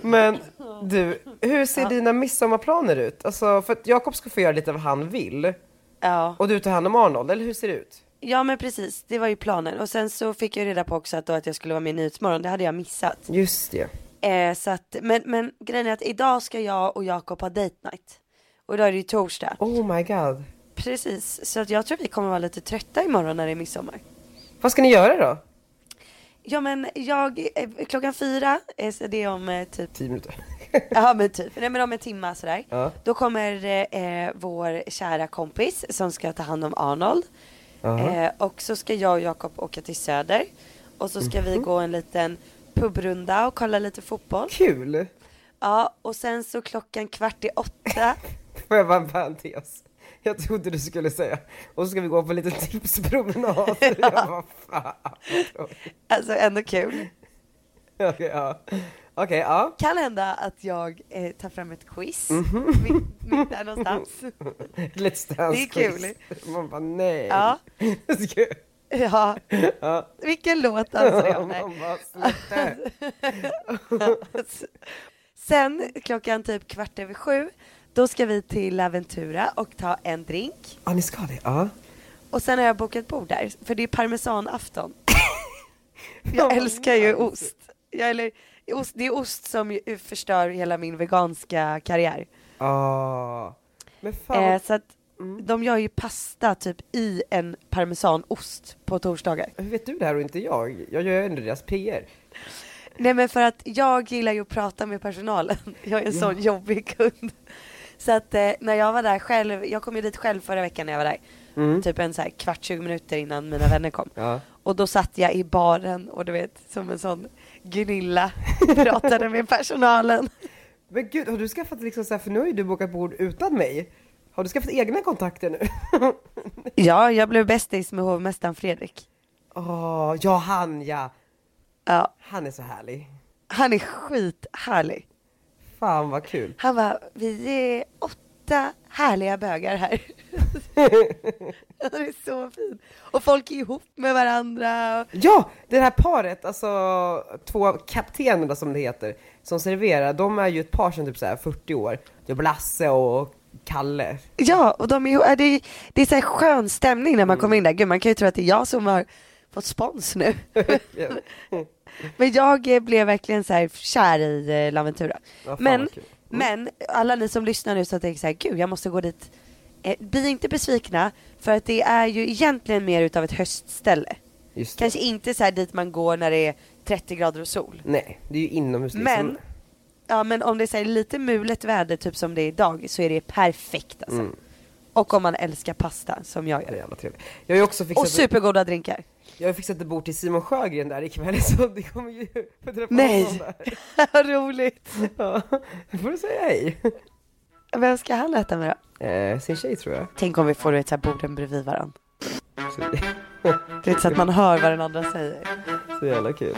S1: Men du, hur ser dina midsommarplaner ut? Alltså, för att Jakob ska få göra lite vad han vill
S2: Ja.
S1: och du tar hand om Arnold, eller hur ser det ut?
S2: ja, men precis. Det var ju planen. Och sen så fick jag ju reda på också att, då att jag skulle vara med i Nyhetsmorgon. Det hade jag missat.
S1: Just det.
S2: Eh, så att, men, men grejen är att idag ska jag och Jakob ha date night. Och idag är det ju torsdag.
S1: Oh my god.
S2: Precis, så att jag tror vi kommer vara lite trötta imorgon när det är midsommar.
S1: Vad ska ni göra då?
S2: Ja men jag, eh, klockan fyra, eh, så det är om eh, typ,
S1: 10 minuter.
S2: ja men typ, nej men om en timma sådär.
S1: Ja.
S2: Då kommer eh, eh, vår kära kompis som ska ta hand om Arnold. Eh, och så ska jag och Jakob åka till Söder. Och så ska
S1: Mhm.
S2: vi gå en liten pubrunda och kolla lite fotboll.
S1: Kul!
S2: Ja, och sen så klockan kvart i åtta.
S1: Får jag bara en parentes? Jag trodde du skulle säga, och så ska vi gå på lite tipspromenad. Jag bara, fan.
S2: alltså ändå kul.
S1: Okej, ja. Okej, ja.
S2: Kan hända att jag eh, tar fram ett quiz.
S1: Mhm.
S2: Mitt, mitt där någonstans.
S1: Let's dance
S2: Det är kul.
S1: quiz. Man bara, nej.
S2: Ja.
S1: Ska-
S2: Ja.
S1: Ja.
S2: Vilken låt dansar jag med?
S1: Man bara, sluta.
S2: Sen klockan typ kvart över sju, då ska vi till Aventura och ta en drink.
S1: Ja, ni ska det? Ja.
S2: Och sen har jag bokat bord där, för det är parmesanafton. jag älskar ju ost. Jag, eller, ost. Det är ost som ju förstör hela min veganska karriär.
S1: Ah. Men fan,
S2: Eh, så att de gör ju pasta typ i en parmesanost på torsdagar.
S1: hur vet du det här och inte jag? Jag gör ju ändå deras PR.
S2: Nej men för att jag gillar ju att prata med personalen. Jag är en sån jobbig kund. Så att eh, när jag var där själv, jag kom ju dit själv förra veckan när jag var där. Typ en så här kvart, 20 minuter innan mina vänner kom.
S1: Ja.
S2: Och då satt jag i baren och du vet, som en sån gnilla, pratade med personalen.
S1: Men gud, har du skaffat liksom så här, för nu har ju du bokat bord utan mig. Har du skaffat egna kontakter nu?
S2: Ja, jag blev bästis med hovmästaren Fredrik.
S1: Åh, ja han ja.
S2: Ja,
S1: Han är så härlig.
S2: han är skithärlig.
S1: Fan vad kul.
S2: Han var vi är åtta härliga bögar här. Han är så fin. Och folk är ihop med varandra.
S1: Ja, det här paret, alltså två kaptenerna som det heter, som serverar, de är ju ett par sedan typ så här 40 år. Det är Blasse och Kalle.
S2: Ja, och de är, ihop- det är, det är så här skön stämning när man kommer in där. Gud, man kan ju tro att det är jag som har fått spons nu. Men jag eh, blev verkligen så här kär i eh, Laventura.
S1: Ja, fan
S2: men,
S1: vad kul.
S2: men alla ni som lyssnar nu så tänker så här, gud jag måste gå dit. Eh, bli inte besvikna, för att det är ju egentligen mer utav ett höstställe.
S1: Just det.
S2: Kanske inte så här dit man går när det är 30 grader och sol.
S1: Nej, det är ju inomhus liksom.
S2: Men, ja, men om det är så här lite mulet väder, typ som det är idag, så är det perfekt alltså. Och om man älskar pasta, som jag
S1: Ja, det är
S2: gör.
S1: jävla trevligt. Jag har ju också
S2: Och
S1: fixat,
S2: supergoda drinkar.
S1: jag har fixat ett bord till Simon Sjögren där ikväll så det kommer ju få träffa
S2: Nej.
S1: honom där.
S2: Vad roligt!
S1: Ja, då får du säga hej.
S2: Vem ska han äta med då?
S1: Eh, sin tjej tror jag.
S2: Tänk om vi får du vet, så här borden bredvid varandra.
S1: Så,
S2: Du vet, så att man hör vad den andra säger.
S1: så jävla kul.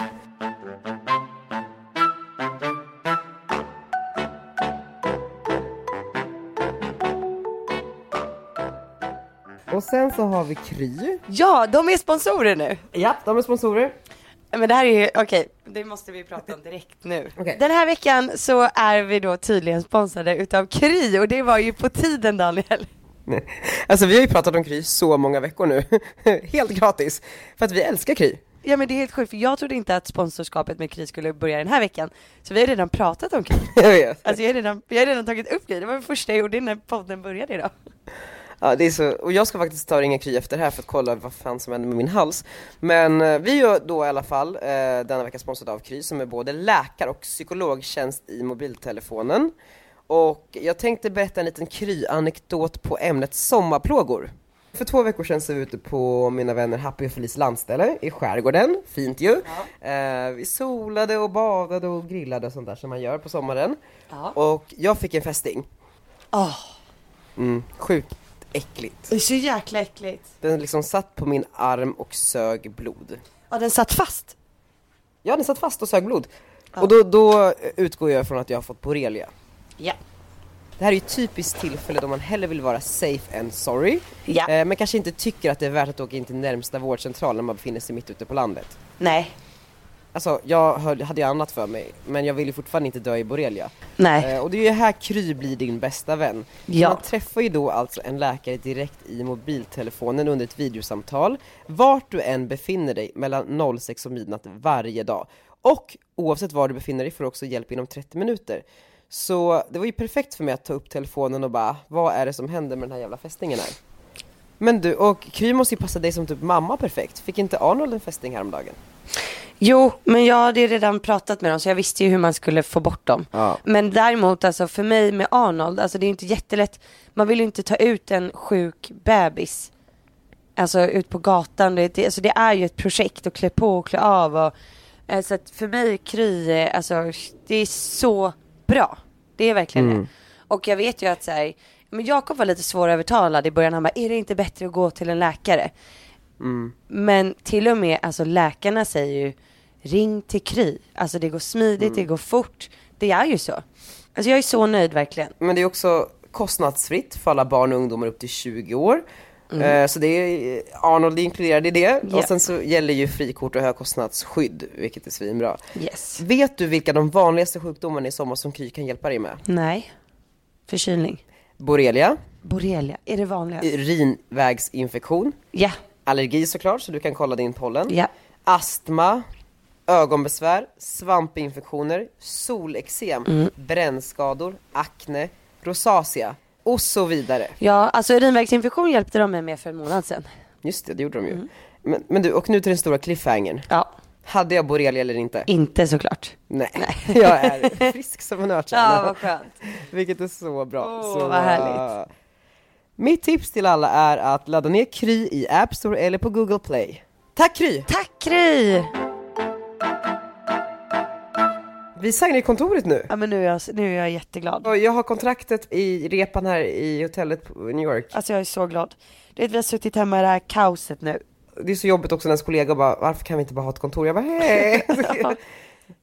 S1: Och sen så har vi Kry.
S2: Ja, de är sponsorer nu!
S1: Ja, de är sponsorer.
S2: Men det här är ju, okej, det måste vi prata om direkt nu.
S1: Okej.
S2: Den här veckan så är vi då tydligen sponsrade utav Kry och det var ju på tiden Daniel.
S1: Nej. Alltså vi har ju pratat om Kry så många veckor nu. Helt gratis. För att vi älskar Kry.
S2: Ja men det är helt sjukt för jag trodde inte att sponsorskapet med Kry skulle börja den här veckan. Så vi har redan pratat om Alltså, Kry.
S1: Jag vet.
S2: Alltså jag har redan, jag har redan tagit upp Kry, det var det första jag gjorde innan podden började idag.
S1: Ja, det är så, och jag ska faktiskt ta och ringa Kry efter det här för att kolla vad fan som händer med min hals. Men eh, vi är då i alla fall eh, denna vecka sponsrade av Kry som är både läkare och psykologtjänst i mobiltelefonen. Och jag tänkte berätta en liten Kry-anekdot på ämnet sommarplågor. För två veckor sedan så var vi ute på mina vänner Happy och Felice landställe i skärgården, fint ju. Eh, vi solade och badade och grillade och sånt där som man gör på sommaren. Och jag fick en fästing.
S2: Ah.
S1: Mm, sjukt äckligt.
S2: Det är så jäkla äckligt.
S1: Den liksom satt på min arm och sög blod.
S2: Ja, den satt fast.
S1: Ja, den satt fast och sög blod. Och då, då utgår jag från att jag har fått borrelia.
S2: Ja.
S1: Det här är ju ett typiskt tillfälle då man hellre vill vara safe än sorry.
S2: Ja.
S1: Eh, men kanske inte tycker att det är värt att åka in till närmsta vårdcentral när man befinner sig mitt ute på landet.
S2: Nej.
S1: Alltså, jag höll, hade ju annat för mig, men jag vill ju fortfarande inte dö i borrelia.
S2: Nej.
S1: Eh, och det är ju här Kry blir din bästa vän.
S2: Ja.
S1: Man träffar ju då alltså en läkare direkt i mobiltelefonen under ett videosamtal, vart du än befinner dig mellan 06 och midnatt varje dag. Och oavsett var du befinner dig får du också hjälp inom 30 minuter. Så det var ju perfekt för mig att ta upp telefonen och bara, vad är det som händer med den här jävla fästingen här? Men du, och Kry måste ju passa dig som typ mamma perfekt. Fick inte Arnold en fästing häromdagen?
S2: Jo, men jag hade ju redan pratat med dem så jag visste ju hur man skulle få bort dem.
S1: Ja.
S2: Men däremot alltså för mig med Arnold, alltså det är ju inte jättelätt. Man vill ju inte ta ut en sjuk bebis. Alltså ut på gatan, det, det, alltså det är ju ett projekt att klä på och klä av och eh, så att för mig Kry, eh, alltså det är så bra. Det är verkligen det. Och jag vet ju att så här, men Jakob var lite svårövertalad i början, han bara är det inte bättre att gå till en läkare? Men till och med alltså läkarna säger ju ring till Kry. Alltså det går smidigt, det går fort. Det är ju så. Alltså jag är så nöjd verkligen.
S1: Men det är också kostnadsfritt för alla barn och ungdomar upp till 20 år. Eh, Så det är, Arnold är inkluderad i det. Och sen så gäller ju frikort och högkostnadsskydd, vilket är svinbra.
S2: Yes.
S1: Vet du vilka de vanligaste sjukdomarna i sommar som Kry kan hjälpa dig med?
S2: Nej. Förkylning.
S1: Borrelia,
S2: Borrelia, är det vanliga?
S1: urinvägsinfektion,
S2: Ja.
S1: allergi såklart, så du kan kolla din pollen.
S2: Ja.
S1: Astma, ögonbesvär, svampinfektioner, solexem, brännskador, akne, rosacea och så vidare.
S2: Ja, alltså urinvägsinfektion hjälpte de mig med för en månad sedan.
S1: Just det, det gjorde de
S2: Mm.
S1: ju. Men, men du, och nu till den stora cliffhangern.
S2: Ja,
S1: Hade jag borrelia eller inte?
S2: inte såklart.
S1: Nej, jag är frisk som en
S2: Ja,
S1: örtjärna.
S2: vad skönt.
S1: Vilket är så bra.
S2: Åh,
S1: så,
S2: vad härligt.
S1: äh, Mitt tips till alla är att ladda ner Kry i App Store eller på Google Play. Tack Kry!
S2: Tack Kry!
S1: Vi signar i kontoret nu.
S2: Ja, men nu är jag, nu är jag jätteglad.
S1: Och jag har kontraktet i repan här i hotellet på- i New York.
S2: Alltså jag är så glad. Du vet vi har suttit hemma i det här kaoset nu.
S1: Det är så jobbigt också när ens kollega bara, varför kan vi inte bara ha ett kontor? Jag bara, hej!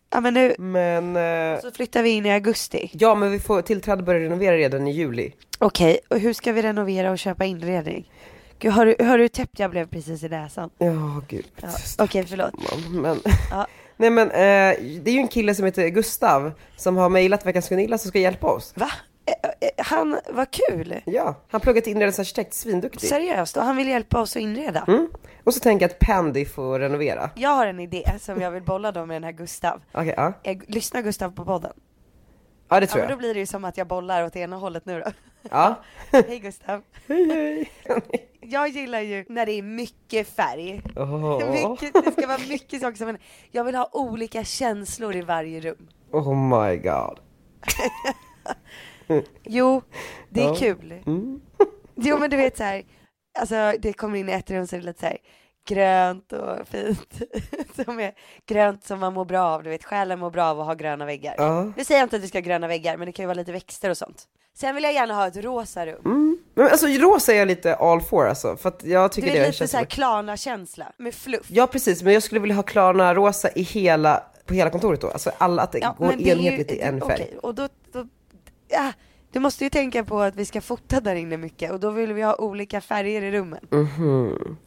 S2: Ja men nu
S1: men, eh,
S2: så flyttar vi in i augusti.
S1: ja men vi får tillträde och börja renovera redan i juli.
S2: Okej, och hur ska vi renovera och köpa inredning? Gud, hör, du- hör du hur täppt jag blev precis i näsan?
S1: Ja, gud.
S2: Ja, Okej, förlåt.
S1: man. Men,
S2: Ja.
S1: Nej men eh, det är ju en kille som heter Gustav som har mejlat Veckans Gunilla som ska hjälpa oss.
S2: Va? Eh, eh, Han, vad kul!
S1: Ja, han pluggar till inredningsarkitekt, svinduktig.
S2: Seriöst, och han vill hjälpa oss att inreda.
S1: Mm. Och så tänker jag att Pandy får renovera.
S2: Jag har en idé som jag vill bolla då med den här Gustav.
S1: Okej, ja.
S2: Eh, Lyssna Gustav på podden.
S1: ja det
S2: Ja,
S1: tror
S2: men då
S1: jag.
S2: blir det ju som att jag bollar åt ena hållet nu då.
S1: Ja.
S2: Hej Gustav.
S1: Hej hej.
S2: Jag gillar ju när det är mycket färg.
S1: Åh
S2: Mycket, det ska vara mycket saker som händer. Jag vill ha olika känslor i varje rum.
S1: oh my god.
S2: Jo, det är
S1: Ja. Mm.
S2: kul. Jo men du vet så här, alltså det kommer in i ett rum så är det lite så här grönt och fint. Som är grönt som man mår bra av, du vet själen mår bra av att ha gröna väggar.
S1: Ja.
S2: Nu säger jag inte att vi ska ha gröna väggar men det kan ju vara lite växter och sånt. Sen vill jag gärna ha ett rosa rum.
S1: Men alltså rosa är jag lite all for alltså. För att jag
S2: Du
S1: tycker
S2: vet
S1: det
S2: lite
S1: känns
S2: så här
S1: som-
S2: Klarna-känsla med fluff.
S1: Ja precis, men jag skulle vilja ha Klarna rosa i hela, på hela kontoret då. Alltså alla, att det går
S2: men det är ju-
S1: enhetligt i en färg.
S2: okej, och då, då ja, du måste ju tänka på att vi ska fota där inne mycket och då vill vi ha olika färger i rummen.
S1: Mhm.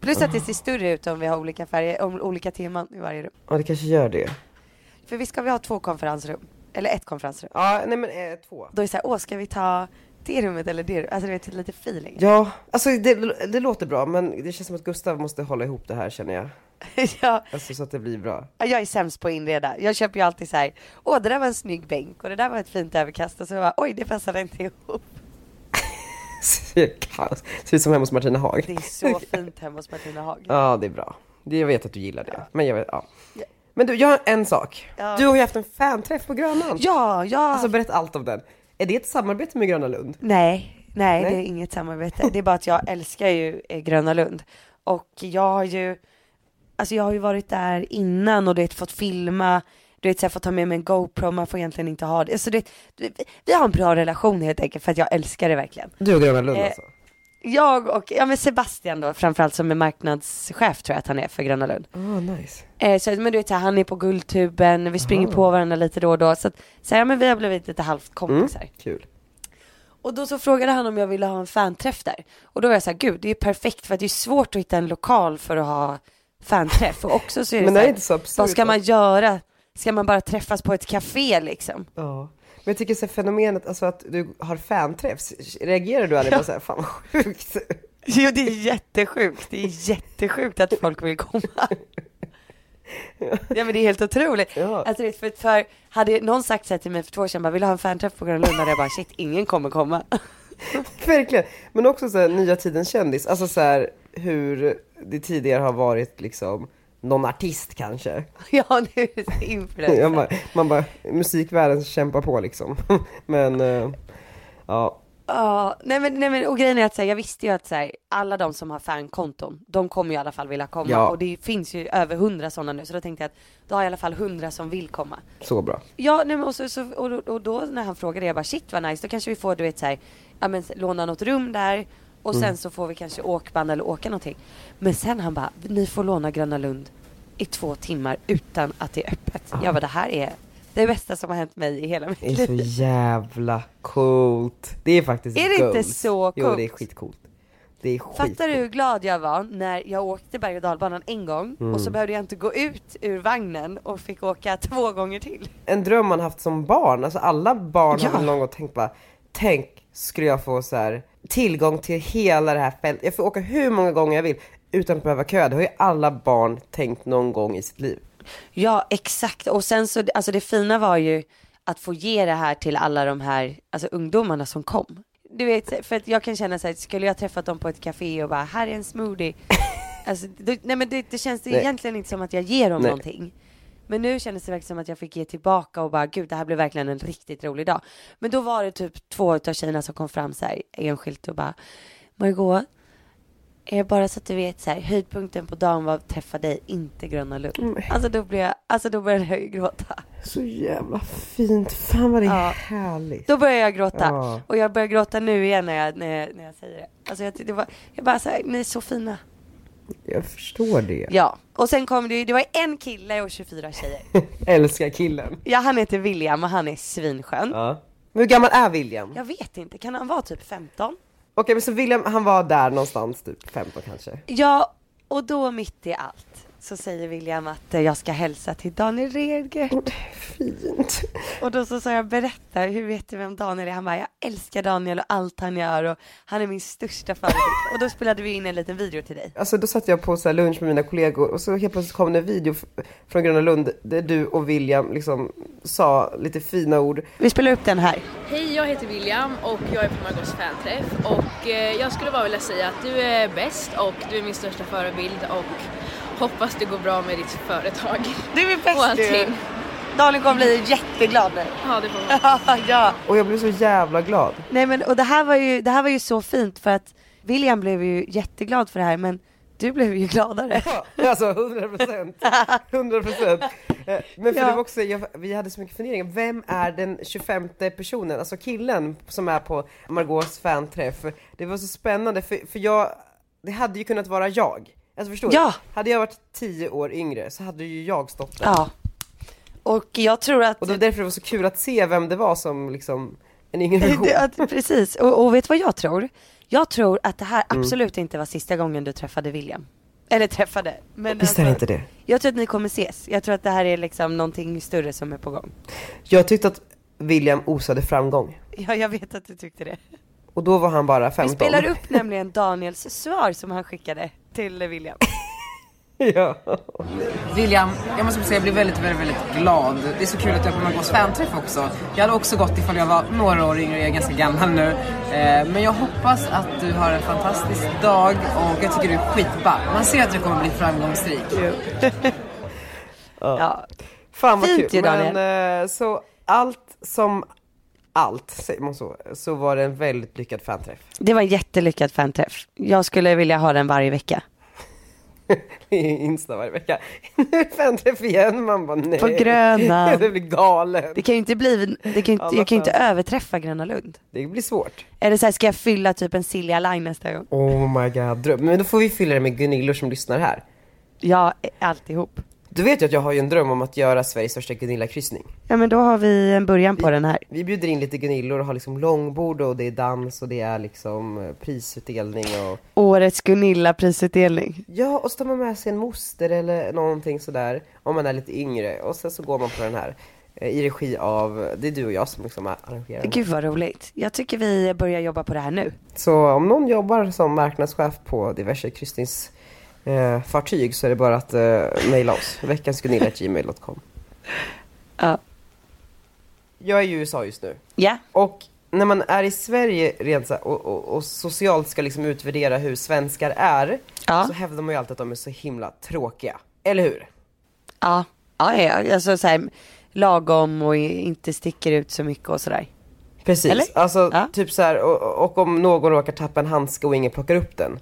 S2: Plus att det ser större ut om vi har olika färger, om olika teman i varje rum.
S1: Ja det kanske gör det.
S2: För vi ska vi ha två konferensrum, eller ett konferensrum.
S1: Ja, nej men eh, två.
S2: Då är det så här, åh ska vi ta det rummet eller det rummet? Alltså du vet, lite feeling.
S1: Ja, alltså det, det låter bra men det känns som att Gustav måste hålla ihop det här känner jag.
S2: ja,
S1: Alltså så att det blir bra.
S2: jag är sämst på att inreda. Jag köper ju alltid så här, åh det där var en snygg bänk och det där var ett fint överkast och så bara, oj det passade inte ihop.
S1: Ser kaos. Ser ut som hemma hos Martina Haag.
S2: Det är så fint hemma hos Martina Haag.
S1: Ja, det är bra. Det, jag vet att du gillar det. Men jag vet, ja. Men du, jag har en sak.
S2: Ja.
S1: Du har ju haft en fanträff på Grönan.
S2: Ja, ja.
S1: Alltså berätta allt om den. Är det ett samarbete med Gröna Lund?
S2: Nej, nej,
S1: Nej.
S2: det är inget samarbete. Det är bara att jag älskar ju eh, Gröna Lund. Och jag har ju, alltså jag har ju varit där innan och du vet fått filma, du vet så jag får ta med mig en GoPro, man får egentligen inte ha det. Alltså du vet, vi, vi har en bra relation helt enkelt för att jag älskar det verkligen.
S1: Du och Gröna Lund
S2: Eh,
S1: alltså?
S2: Jag och, ja men Sebastian då, framförallt som är marknadschef tror jag att han är för Gröna Lund.
S1: Ah, oh, nice.
S2: Eh, så, men du vet så här, han är på Guldtuben, vi springer på varandra lite då och då. Så, att, så här, ja men vi har blivit lite halvt kompisar.
S1: Kul.
S2: Och då så frågade han om jag ville ha en fanträff där. Och då var jag så här, gud det är perfekt för att det är svårt att hitta en lokal för att ha fanträff. Och också så är det,
S1: Men
S2: så
S1: det
S2: här,
S1: är inte så absurt.
S2: vad ska
S1: då?
S2: man göra? Ska man bara träffas på ett café liksom?
S1: Ja. Men jag tycker så här, fenomenet, alltså att du har fanträffs, reagerar du aldrig bara såhär, fan vad sjukt?
S2: Jo det är jättesjukt, det är jättesjukt att folk vill komma. Ja men det är helt otroligt.
S1: Ja.
S2: Alltså, du vet, för, för hade någon sagt så här till mig för två år sedan, bara, vill du ha en fanträff på Gröna Lund? hade jag bara shit, ingen kommer komma.
S1: Verkligen. Men också så här, nya tidens kändis, alltså så här, hur det tidigare har varit liksom någon artist kanske.
S2: Ja nu är det så influencer.
S1: Ja, man, man bara, musikvärlden kämpar på liksom. Men, eh, ja.
S2: Ja, nej men, nej men och grejen är att så här, jag visste ju att så här, alla de som har fankonton, de kommer ju i alla fall vilja komma.
S1: Ja.
S2: Och det finns ju över hundra sådana nu, så då tänkte jag att då har jag i alla fall hundra som vill komma.
S1: Så bra.
S2: Ja, nej men och, så, så, och, då- och då när han frågade, jag bara shit vad nice, då kanske vi får du vet så här, ja men låna något rum där och
S1: Mm.
S2: sen så får vi kanske åkband eller åka någonting. Men sen han bara, ni får låna Gröna Lund i två timmar utan att det är öppet. Jag bara, det här är det bästa som har hänt mig i hela mitt
S1: Det är
S2: liv.
S1: så jävla coolt. Det är faktiskt
S2: Är det inte
S1: goals.
S2: så
S1: Jo, det är
S2: coolt?
S1: skitcoolt. Det är skitcoolt.
S2: Fattar du hur glad jag var när jag åkte berg och dalbanan en gång och så behövde jag inte gå ut ur vagnen och fick åka två gånger till.
S1: en dröm man haft som barn, alltså alla barn
S2: Ja.
S1: har väl någon gång tänkt bara, tänk skulle jag få så här tillgång till hela det här fältet, jag får åka hur många gånger jag vill utan att behöva köa, det har ju alla barn tänkt någon gång i sitt liv.
S2: Ja exakt och sen så, alltså det fina var ju att få ge det här till alla de här, alltså ungdomarna som kom. Du vet, för att jag kan känna så här, skulle jag träffat dem på ett café och bara här är en smoothie. Alltså, det, nej men det, det känns det
S1: Nej.
S2: egentligen inte som att jag ger dem
S1: Nej.
S2: någonting. Men nu kändes det verkligen som att jag fick ge tillbaka och bara gud det här blev verkligen en riktigt rolig dag. Men då var det typ två utav tjejerna som kom fram så här enskilt och bara Margot, eh, bara så att du vet så här höjdpunkten på dagen var att träffa dig, inte Gröna Lund.
S1: Mm.
S2: Alltså då blev jag, alltså då började jag ju gråta.
S1: Så jävla fint, fan vad det är
S2: Ja.
S1: härligt.
S2: Då började jag gråta.
S1: Ja.
S2: Och jag börjar gråta nu igen när jag, när jag, när jag säger det. Alltså jag, det var, jag bara så här, ni är så fina.
S1: Jag förstår det.
S2: Ja, och sen kom det ju, det var en kille och 24 tjejer.
S1: Älskar killen.
S2: Ja, han heter William och han är svinskön.
S1: Ja. Men hur gammal är William?
S2: Jag vet inte, kan han vara typ 15?
S1: Okej men så William han var där någonstans typ 15 kanske.
S2: Ja, och då mitt i allt så säger William att eh, jag ska hälsa till Daniel Redgert.
S1: Fint.
S2: Och då så sa jag berätta, hur vet du vem Daniel är? Han bara, jag älskar Daniel och allt han gör och han är min största favorit. Och då spelade vi in en liten video till dig.
S1: Alltså då satt jag på så här lunch med mina kollegor och så helt plötsligt kom det en video f- från Gröna Lund där du och William liksom sa lite fina ord.
S2: Vi spelar upp den här.
S7: Hej, jag heter William och jag är på Margaux fanträff och eh, jag skulle bara vilja säga att du är bäst och du är min största förebild och hoppas det går bra med ditt företag.
S2: Du är
S7: och
S2: bäst du!
S7: allting.
S2: Daniel kommer bli jätteglad nu.
S7: Ja, det får man.
S2: ja.
S1: Och jag blev så jävla glad.
S2: Nej men och det här var ju, det här var ju så fint för att William blev ju jätteglad för det här men du blev ju gladare.
S1: Alltså 100 procent. 100 procent. Eh, Men för
S2: Ja.
S1: det var också, jag, vi hade så mycket funderingar. Vem är den 25 personen? Alltså killen som är på Margaux fanträff. Det var så spännande för, för jag, det hade ju kunnat vara jag. Alltså förstår
S2: Ja.
S1: du? Hade jag varit 10 år yngre så hade ju jag stått där.
S2: Ja. Och jag tror att,
S1: Och det var därför det var så kul att se vem det var som liksom en yngre version.
S2: att precis, och, och vet vad jag tror? Jag tror att det här absolut inte var sista gången du träffade William. Eller träffade, men alltså-
S1: Visst är det inte det?
S2: jag tror att ni kommer ses. Jag tror att det här är liksom någonting större som är på gång.
S1: Jag tyckte att William osade framgång.
S2: Ja, jag vet att du tyckte det.
S1: Och då var han bara 15.
S2: Vi spelar upp nämligen Daniels svar som han skickade till William.
S1: Ja.
S8: William, jag måste säga jag blev väldigt, väldigt, väldigt glad. Det är så kul att jag kommer att gå svanträff också. Jag hade också gått ifall jag var några år yngre, jag är ganska gammal nu. Eh, Men jag hoppas att du har en fantastisk dag och jag tycker du är skitball. Man ser att du kommer bli framgångsrik.
S2: Ja.
S1: Fan vad
S2: Fint
S1: kul.
S2: ju, Daniel.
S1: Men eh, så allt som allt, säger man så, så var det en väldigt lyckad fanträff.
S2: Det var en jättelyckad fanträff. Jag skulle vilja ha den varje vecka.
S1: Det är Insta varje vecka. Nu är fanträff igen, man bara nej.
S2: På Gröna.
S1: Det blir galen.
S2: Det kan ju inte bli, det kan ju inte,
S1: Alla
S2: jag kan ju inte
S1: fans.
S2: överträffa Gröna Lund.
S1: Det blir svårt.
S2: Eller så här, ska jag fylla typ en Silja Line nästa gång?
S1: Oh my god, dröm. Men då får vi fylla det med Gunillor som lyssnar här.
S2: Ja, eh, alltihop.
S1: Du vet ju att jag har ju en dröm om att göra Sveriges största Gunilla-kryssning.
S2: Ja men då har vi en början på den här.
S1: Vi bjuder in lite Gunillor och har liksom långbord och det är dans och det är liksom eh, prisutdelning och
S2: Årets Gunilla-prisutdelning.
S1: Ja, och så tar man med sig en moster eller någonting sådär om man är lite yngre och sen så går man på den här eh, i regi av, det är du och jag som liksom arrangerar den.
S2: Gud vad roligt. Jag tycker vi börjar jobba på det här nu.
S1: Så om någon jobbar som marknadschef på diverse kryssningsfartyg eh, fartyg så är det bara att eh, mejla oss, veckansgunilla.gmail.com
S2: Ja.
S1: Jag är i USA just nu
S2: Ja.
S1: och när man är i Sverige rent så här, och, och, och socialt ska liksom utvärdera hur svenskar är
S2: Ja.
S1: så hävdar man ju alltid att de är så himla tråkiga, eller hur?
S2: Ja. Ja, ja. Alltså så här, lagom och inte sticker ut så mycket och sådär.
S1: Precis,
S2: Eller?
S1: alltså
S2: Ja.
S1: typ så här, och, och om någon råkar tappa en handske och ingen plockar upp den,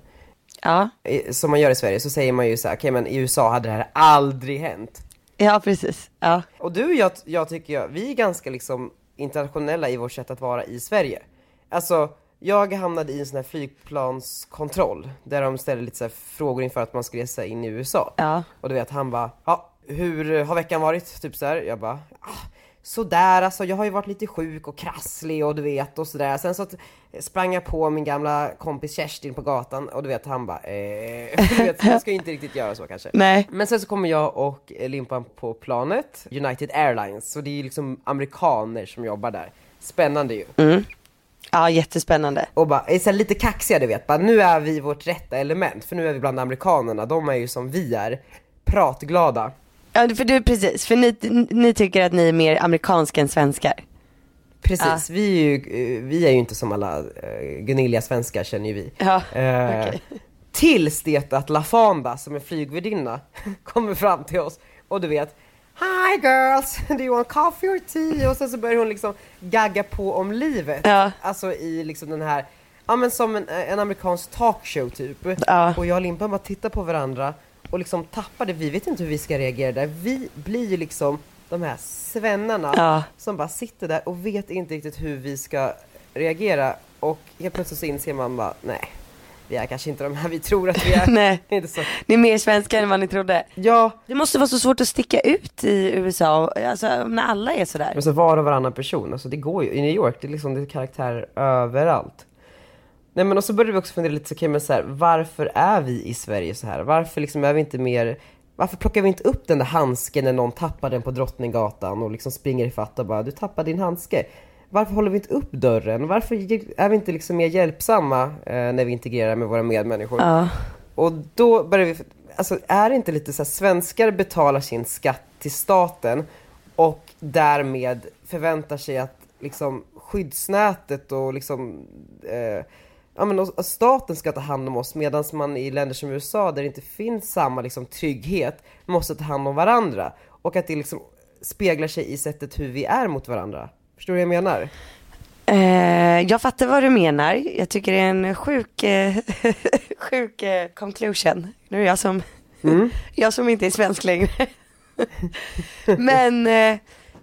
S2: Ja.
S1: eh, som man gör i Sverige, så säger man ju så här, okej men i USA hade det här aldrig hänt.
S2: Ja precis. Ja.
S1: Och du och jag, jag tycker jag, vi är ganska liksom internationella i vårt sätt att vara i Sverige. Alltså, jag hamnade i en sån här flygplanskontroll, där de ställer lite så här frågor inför att man ska resa in i USA.
S2: Ja.
S1: Och du vet, han bara, ja, hur har veckan varit? Typ så här. Jag bara, ah, sådär alltså, jag har ju varit lite sjuk och krasslig och du vet och sådär. Sen så att- eh, sprang jag på min gamla kompis Kerstin på gatan och du vet, han bara, eh, du vet, jag ska ju inte riktigt göra så kanske.
S2: Nej.
S1: Men sen så kommer jag och eh, Limpan på planet, United Airlines, så det är ju liksom amerikaner som jobbar där. Spännande ju.
S2: Ja jättespännande.
S1: Och bara, är så här lite kaxiga du vet, bara, nu är vi vårt rätta element, för nu är vi bland amerikanerna, de är ju som vi är, pratglada.
S2: Ja för du precis, för ni, ni tycker att ni är mer amerikanska än svenskar.
S1: Precis, vi, är ju, eh, vi är ju inte som alla eh, Gunilja-svenskar känner ju vi.
S2: Ja,
S1: Eh, Tills det att Lafanda som är flygvärdinna kommer fram till oss och du vet Hi girls, do you want coffee or tea? Och sen så börjar hon liksom gagga på om livet.
S2: Ja.
S1: Alltså i liksom den här, ja men som en, en amerikansk talkshow typ.
S2: Ja.
S1: Och jag och Limpan bara tittar på varandra och liksom tappade, vi vet inte hur vi ska reagera där. Vi blir ju liksom de här svennarna
S2: Ja.
S1: som bara sitter där och vet inte riktigt hur vi ska reagera och helt plötsligt så inser man bara, nej, vi är kanske inte de här vi tror att vi är.
S2: Nej.
S1: Det är inte så.
S2: Ni är mer svenskar än vad ni trodde.
S1: Ja,
S2: Det måste vara så svårt att sticka ut i USA, alltså när alla är sådär.
S1: men så var och varannan person, alltså det går ju. I New York, det är liksom det är karaktärer överallt. Nej men och så började vi också fundera lite, så, okay, men så här, varför är vi i Sverige så här? Varför liksom är vi inte mer, varför plockar vi inte upp den där handsken när någon tappar den på Drottninggatan och liksom springer ifatt och bara, du tappade din handske. Varför håller vi inte upp dörren? Varför är vi inte liksom mer hjälpsamma eh, när vi integrerar med våra medmänniskor?
S2: Ja.
S1: Och då börjar vi, alltså är det inte lite så här, svenskar betalar sin skatt till staten och därmed förväntar sig att liksom skyddsnätet och liksom, eh, ja men och- och staten ska ta hand om oss medan man i länder som USA där det inte finns samma liksom trygghet måste ta hand om varandra. Och att det liksom speglar sig i sättet hur vi är mot varandra. Förstår du vad jag menar?
S2: Eh, jag fattar vad du menar. Jag tycker det är en sjuk, eh, sjuk eh, conclusion. Nu är jag som,
S1: Mm.
S2: jag som inte är svensk längre. Men eh,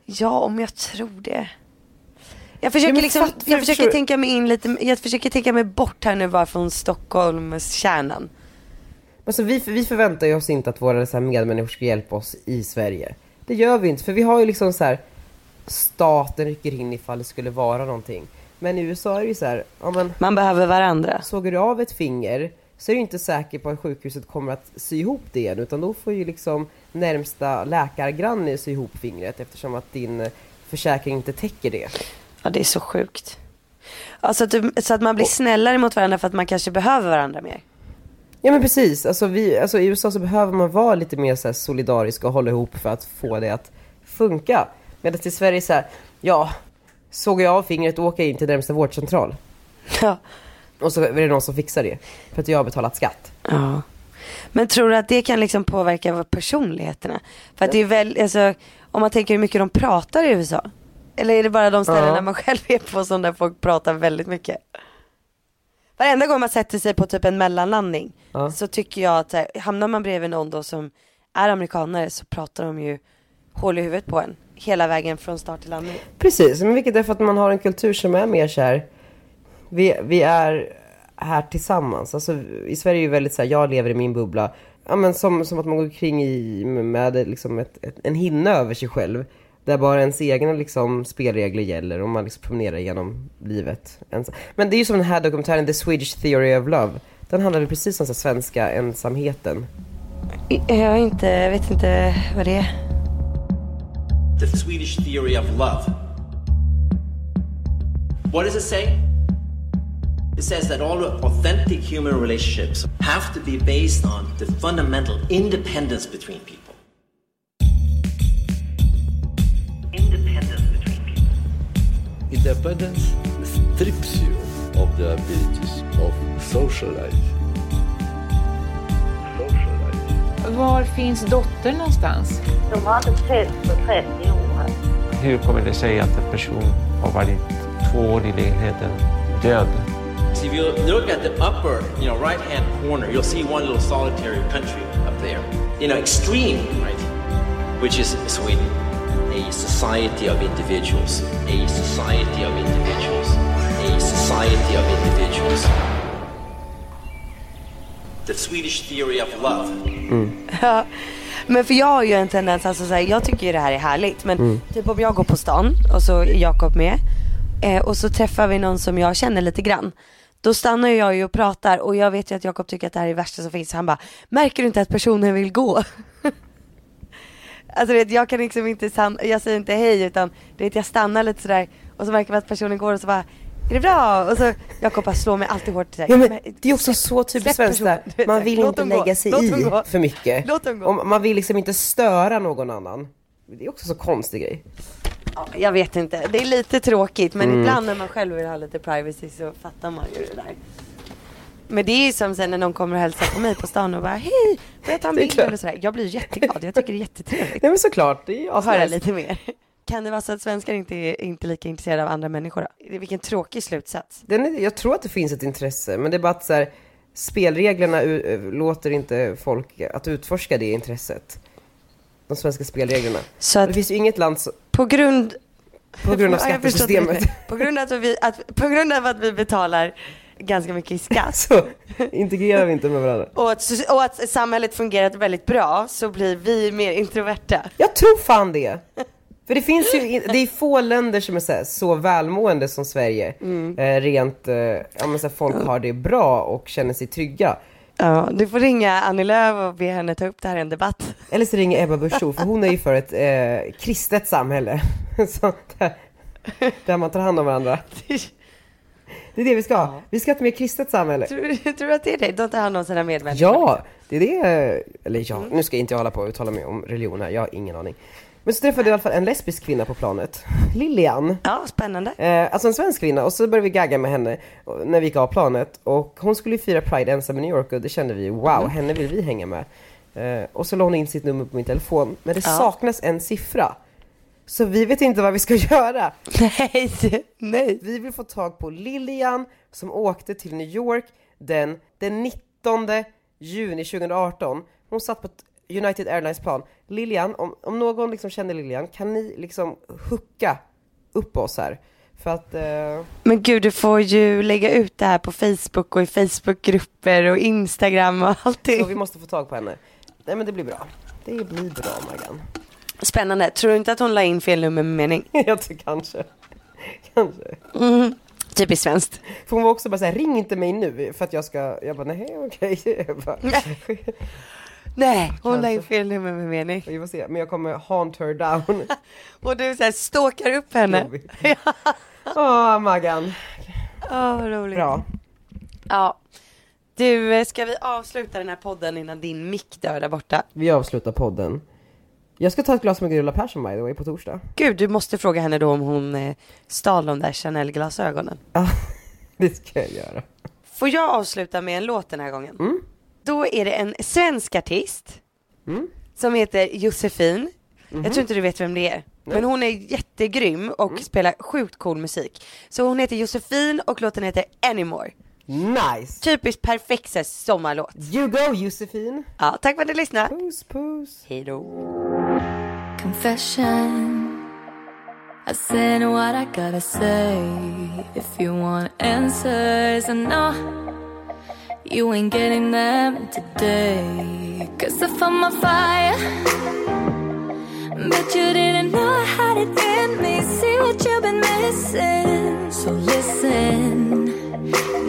S2: ja, om jag tror det. Jag försöker,
S1: Ja, men
S2: liksom,
S1: fattar
S2: jag
S1: du-
S2: försöker
S1: förstår-
S2: tänka mig in lite, jag försöker tänka mig bort här nu bara från Stockholmskärnan.
S1: Alltså vi, vi förväntar ju oss inte att våra så här, medmänniskor ska hjälpa oss i Sverige. Det gör vi inte, för vi har ju liksom så här staten rycker in ifall det skulle vara någonting. Men i USA är det ju så här, ja men
S2: Man behöver varandra.
S1: såg du av ett finger så är du inte säker på att sjukhuset kommer att sy ihop det igen utan då får ju liksom närmsta läkargranne sy ihop fingret eftersom att din eh, försäkring inte täcker det.
S2: Ja, det är så sjukt. Alltså, att du- så att man blir snällare mot varandra för att man kanske behöver varandra mer.
S1: Ja men precis, alltså, vi, alltså, i USA så behöver man vara lite mer så här, solidarisk och hålla ihop för att få det att funka. Medan i Sverige så här, ja, såg jag av fingret och åker in till närmsta vårdcentral.
S2: Ja.
S1: Och så är det någon som fixar det, för att jag har betalat skatt.
S2: Ja. Men tror du att det kan liksom påverka vad personligheterna? För att det är väl, alltså, om man tänker hur mycket de pratar i USA. Eller är det bara de ställen
S1: Ja.
S2: där man själv är på som där folk pratar väldigt mycket? Varenda gång man sätter sig på typ en mellanlandning
S1: Ja.
S2: så tycker jag att så här, hamnar man bredvid någon då som är amerikanare så pratar de ju hål i huvudet på en hela vägen från start till landning.
S1: Precis, men vilket är för att man har en kultur som är mer så här. Vi, vi är här tillsammans. Alltså, I Sverige är det väldigt så här, jag lever i min bubbla. Ja, men som, som att man går kring i, med liksom ett, ett, en hinna över sig själv. Där bara ens egna liksom, spelregler gäller och man liksom promenerar genom livet. ens- Men det är ju som den här dokumentären The Swedish Theory of Love. Den handlade precis om så här, svenska ensamheten.
S2: Jag, har inte, jag vet inte vad det är.
S9: The Swedish theory of love. What does it say? It says that all authentic human relationships have to be based on the fundamental independence between people.
S10: Independence strips you of the abilities of social life.
S11: Var finns dottern någonstans?
S12: De har inte setts på 30 år.
S13: Hur kommer det sig att en person har varit två år i ledigheten död?
S9: So if you look at the upper, you know, right-hand corner, you'll see one little solitary country up there. You know, extreme, right? Which is Sweden. A society of individuals. A society of individuals. A society of individuals. The Swedish theory of love.
S2: Ja. Men för jag har ju en tendens, alltså så här, jag tycker ju det här är härligt men
S9: Mm.
S2: typ om jag går på stan och så är Jakob med eh, och så träffar vi någon som jag känner lite grann. Då stannar ju jag ju och pratar och jag vet ju att Jakob tycker att det här är det värsta som finns. Han bara, märker du inte att personen vill gå? alltså vet, jag kan liksom inte, san- jag säger inte hej utan du vet, jag stannar lite sådär och så märker man att personen går och så bara, är det bra? Och så Jakob bara slår mig alltid hårt. så här,
S1: Ja, men
S2: "Men
S1: det är också så typiskt
S2: släpp
S1: svenskt där.
S2: personen." Du vet,
S1: Man
S2: så här,
S1: vill
S2: "Låt
S1: inte
S2: dem gå,
S1: lägga sig
S2: låt
S1: i
S2: dem gå."
S1: för mycket.
S2: Låt dem gå.
S1: Och man vill liksom inte störa någon annan. Det är också så konstig grej.
S2: Ja, jag vet inte, det är lite tråkigt men
S1: Mm.
S2: ibland när man själv vill ha lite privacy så fattar man ju det där. Men det är ju som sen när någon kommer och hälsar på mig på stan och bara hej, får jag ta en
S1: Det är
S2: bild
S1: klart.
S2: eller sådär. Jag blir jätteglad, jag tycker det är jättetrevligt.
S1: Nej men såklart, det är ju
S2: Och höra
S1: asnice.
S2: lite mer. alltså- Kan det vara så att svenskar inte är inte lika intresserade av andra människor? då? Vilken tråkig slutsats.
S1: Den är, jag tror att det finns ett intresse, men det är bara att så här, spelreglerna u- ö- låter inte folk att utforska det intresset. De svenska spelreglerna.
S2: Så
S1: det finns ju inget land som...
S2: På grund...
S1: På grund av
S2: Ja, jag förstår
S1: skattesystemet.
S2: inte. På grund, av att vi, att, på grund av att vi betalar ganska mycket i skatt.
S1: Integrerar vi inte med varandra.
S2: Och att, och att samhället fungerar väldigt bra så blir vi mer introverta.
S1: Jag tror fan det. För det finns ju, in- det är få länder som är så, här, så välmående som Sverige. Eh, rent, eh, ja men så här, folk har det bra och känner sig trygga.
S2: Ja, du får ringa Annie Lööf och be henne ta upp det här i en debatt.
S1: Eller så ringer Ebba Busch Thor, för hon är ju för ett eh, kristet samhälle. Så där, där man tar hand om varandra. Det är det vi ska ha. Vi ska ha ett mer kristet samhälle.
S2: Tror, tror du att det är det? De tar hand om sina medmänniskor.
S1: Ja, det är det. Eller ja, nu ska jag inte hålla på och uttala mig om religion här. Jag har ingen aning. Men så träffade jag i alla fall en lesbisk kvinna på planet. Lilian.
S2: Ja, spännande.
S1: Eh, alltså en svensk kvinna. Och så började vi gagga med henne och- när vi gick av planet. Och hon skulle ju fira Pride ensam i New York och det kände vi, wow, henne vill vi hänga med. Eh, och så la hon in sitt nummer på min telefon. Men det
S2: Ja.
S1: saknas en siffra. Så vi vet inte vad vi ska göra.
S2: Nej, nej.
S1: Vi vill få tag på Lilian som åkte till New York den, den 19 juni 2018. Hon satt på ett United Airlines plan. Lilian, om, om någon liksom känner Lilian, kan ni liksom hucka upp oss här? För att... Eh...
S2: Men gud, du får ju lägga ut det här på Facebook och i Facebookgrupper och Instagram och allting.
S1: Så vi måste få tag på henne. Nej men det blir bra. Det blir bra Maggan.
S2: Spännande. Tror du inte att hon la in fel nummer med mening?
S1: Jag tror kanske. Kanske.
S2: Mm. Typiskt svenskt.
S1: För hon var också bara såhär, ring inte mig nu för att jag ska, jag bara nej okej. Jag bara,
S2: Nej, hon la in
S1: Kanske.
S2: fel nummer med mening.
S1: Vi får se, men jag kommer haunt her down.
S2: Och du så här stalkar upp henne.
S1: Jobbigt. Åh Maggan.
S2: Åh, vad roligt.
S1: Bra.
S2: Ja. Du, eh, ska vi avsluta den här podden innan din mick dör där borta?
S1: Vi avslutar podden. Jag ska ta ett glas med Gunilla Persson by the way på torsdag.
S2: Gud, du måste fråga henne då om hon eh, stal de där Chanel-glasögonen.
S1: Det ska jag göra.
S2: Får jag avsluta med en låt den här gången?
S1: Mm.
S2: Då är det en svensk artist
S1: Mm.
S2: som heter Josefin.
S1: Mhm. Mm.
S2: Jag tror inte du vet vem det är. Men hon är jättegrym och spelar sjukt cool musik. Så hon heter Josefin och låten heter Anymore.
S1: Nice!
S2: Typiskt perfekt så här sommarlåt.
S1: You go Josefin!
S2: Ja, tack för att du lyssnade.
S1: Puss puss!
S2: Hejdå.
S3: Confession. I said what I gotta say. If you want answers, and no, you ain't getting them today. Cause I found my fire. But you didn't know I had it in me. See what you've been missing. So listen.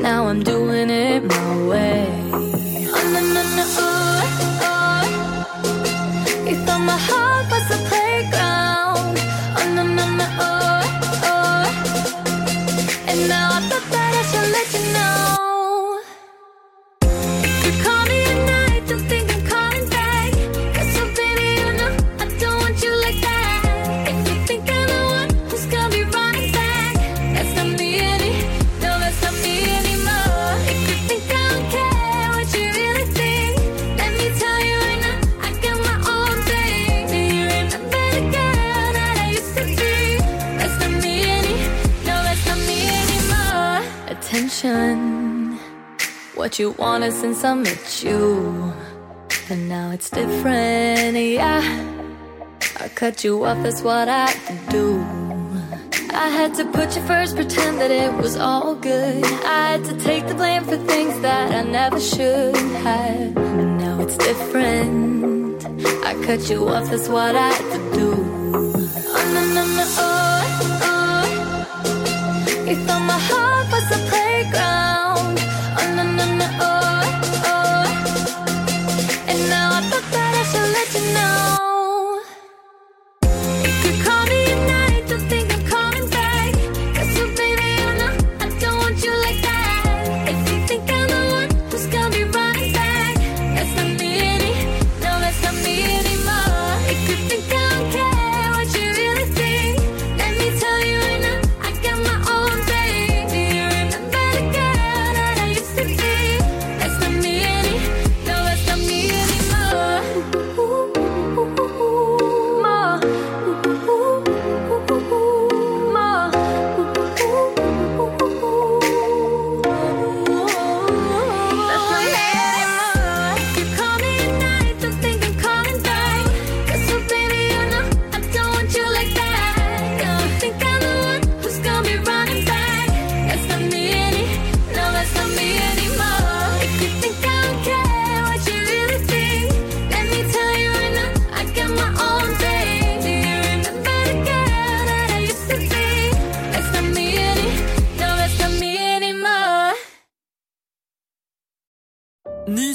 S3: Now I'm doing it my way. Oh, no, no, no, oh, ooh, ooh. You thought my heart was a playground. Oh, no, no, no, oh, oh. And now I thought that I should let you know. If you call me at night, don't think I'm calling back. 'Cause, oh, baby, you know I don't want you like that. If you think I'm the one who's gonna be running back, that's not me any, no, that's not me anymore. If you think I don't care what you really think, let me tell you right now, I got my own thing. Do you remember the girl that I used to be? That's not me any, no, that's not me anymore. Attention. What you wanted since I met you. And now it's different, yeah. I cut you off, that's what I do. I had to put you first, pretend that it was all good. I had to take the blame for things that I never should have. And now it's different. I cut you off, that's what I do. Oh, no, no, no, oh, oh. You thought my heart was a playground. Oh, no, no, no, oh, oh. And now I thought that I should let you know. If you call me at night, don't think I'm calling back. 'Cause, oh, baby, you know I don't want you like that. If you think I'm the one who's gonna be running back, that's not me any, no, that's not me anymore. If you think I don't care what you really think, let me tell you right now, I got my own thing. Do you remember the girl that I used to be? That's not me any, no, that's not me anymore. More. More.
S14: Ny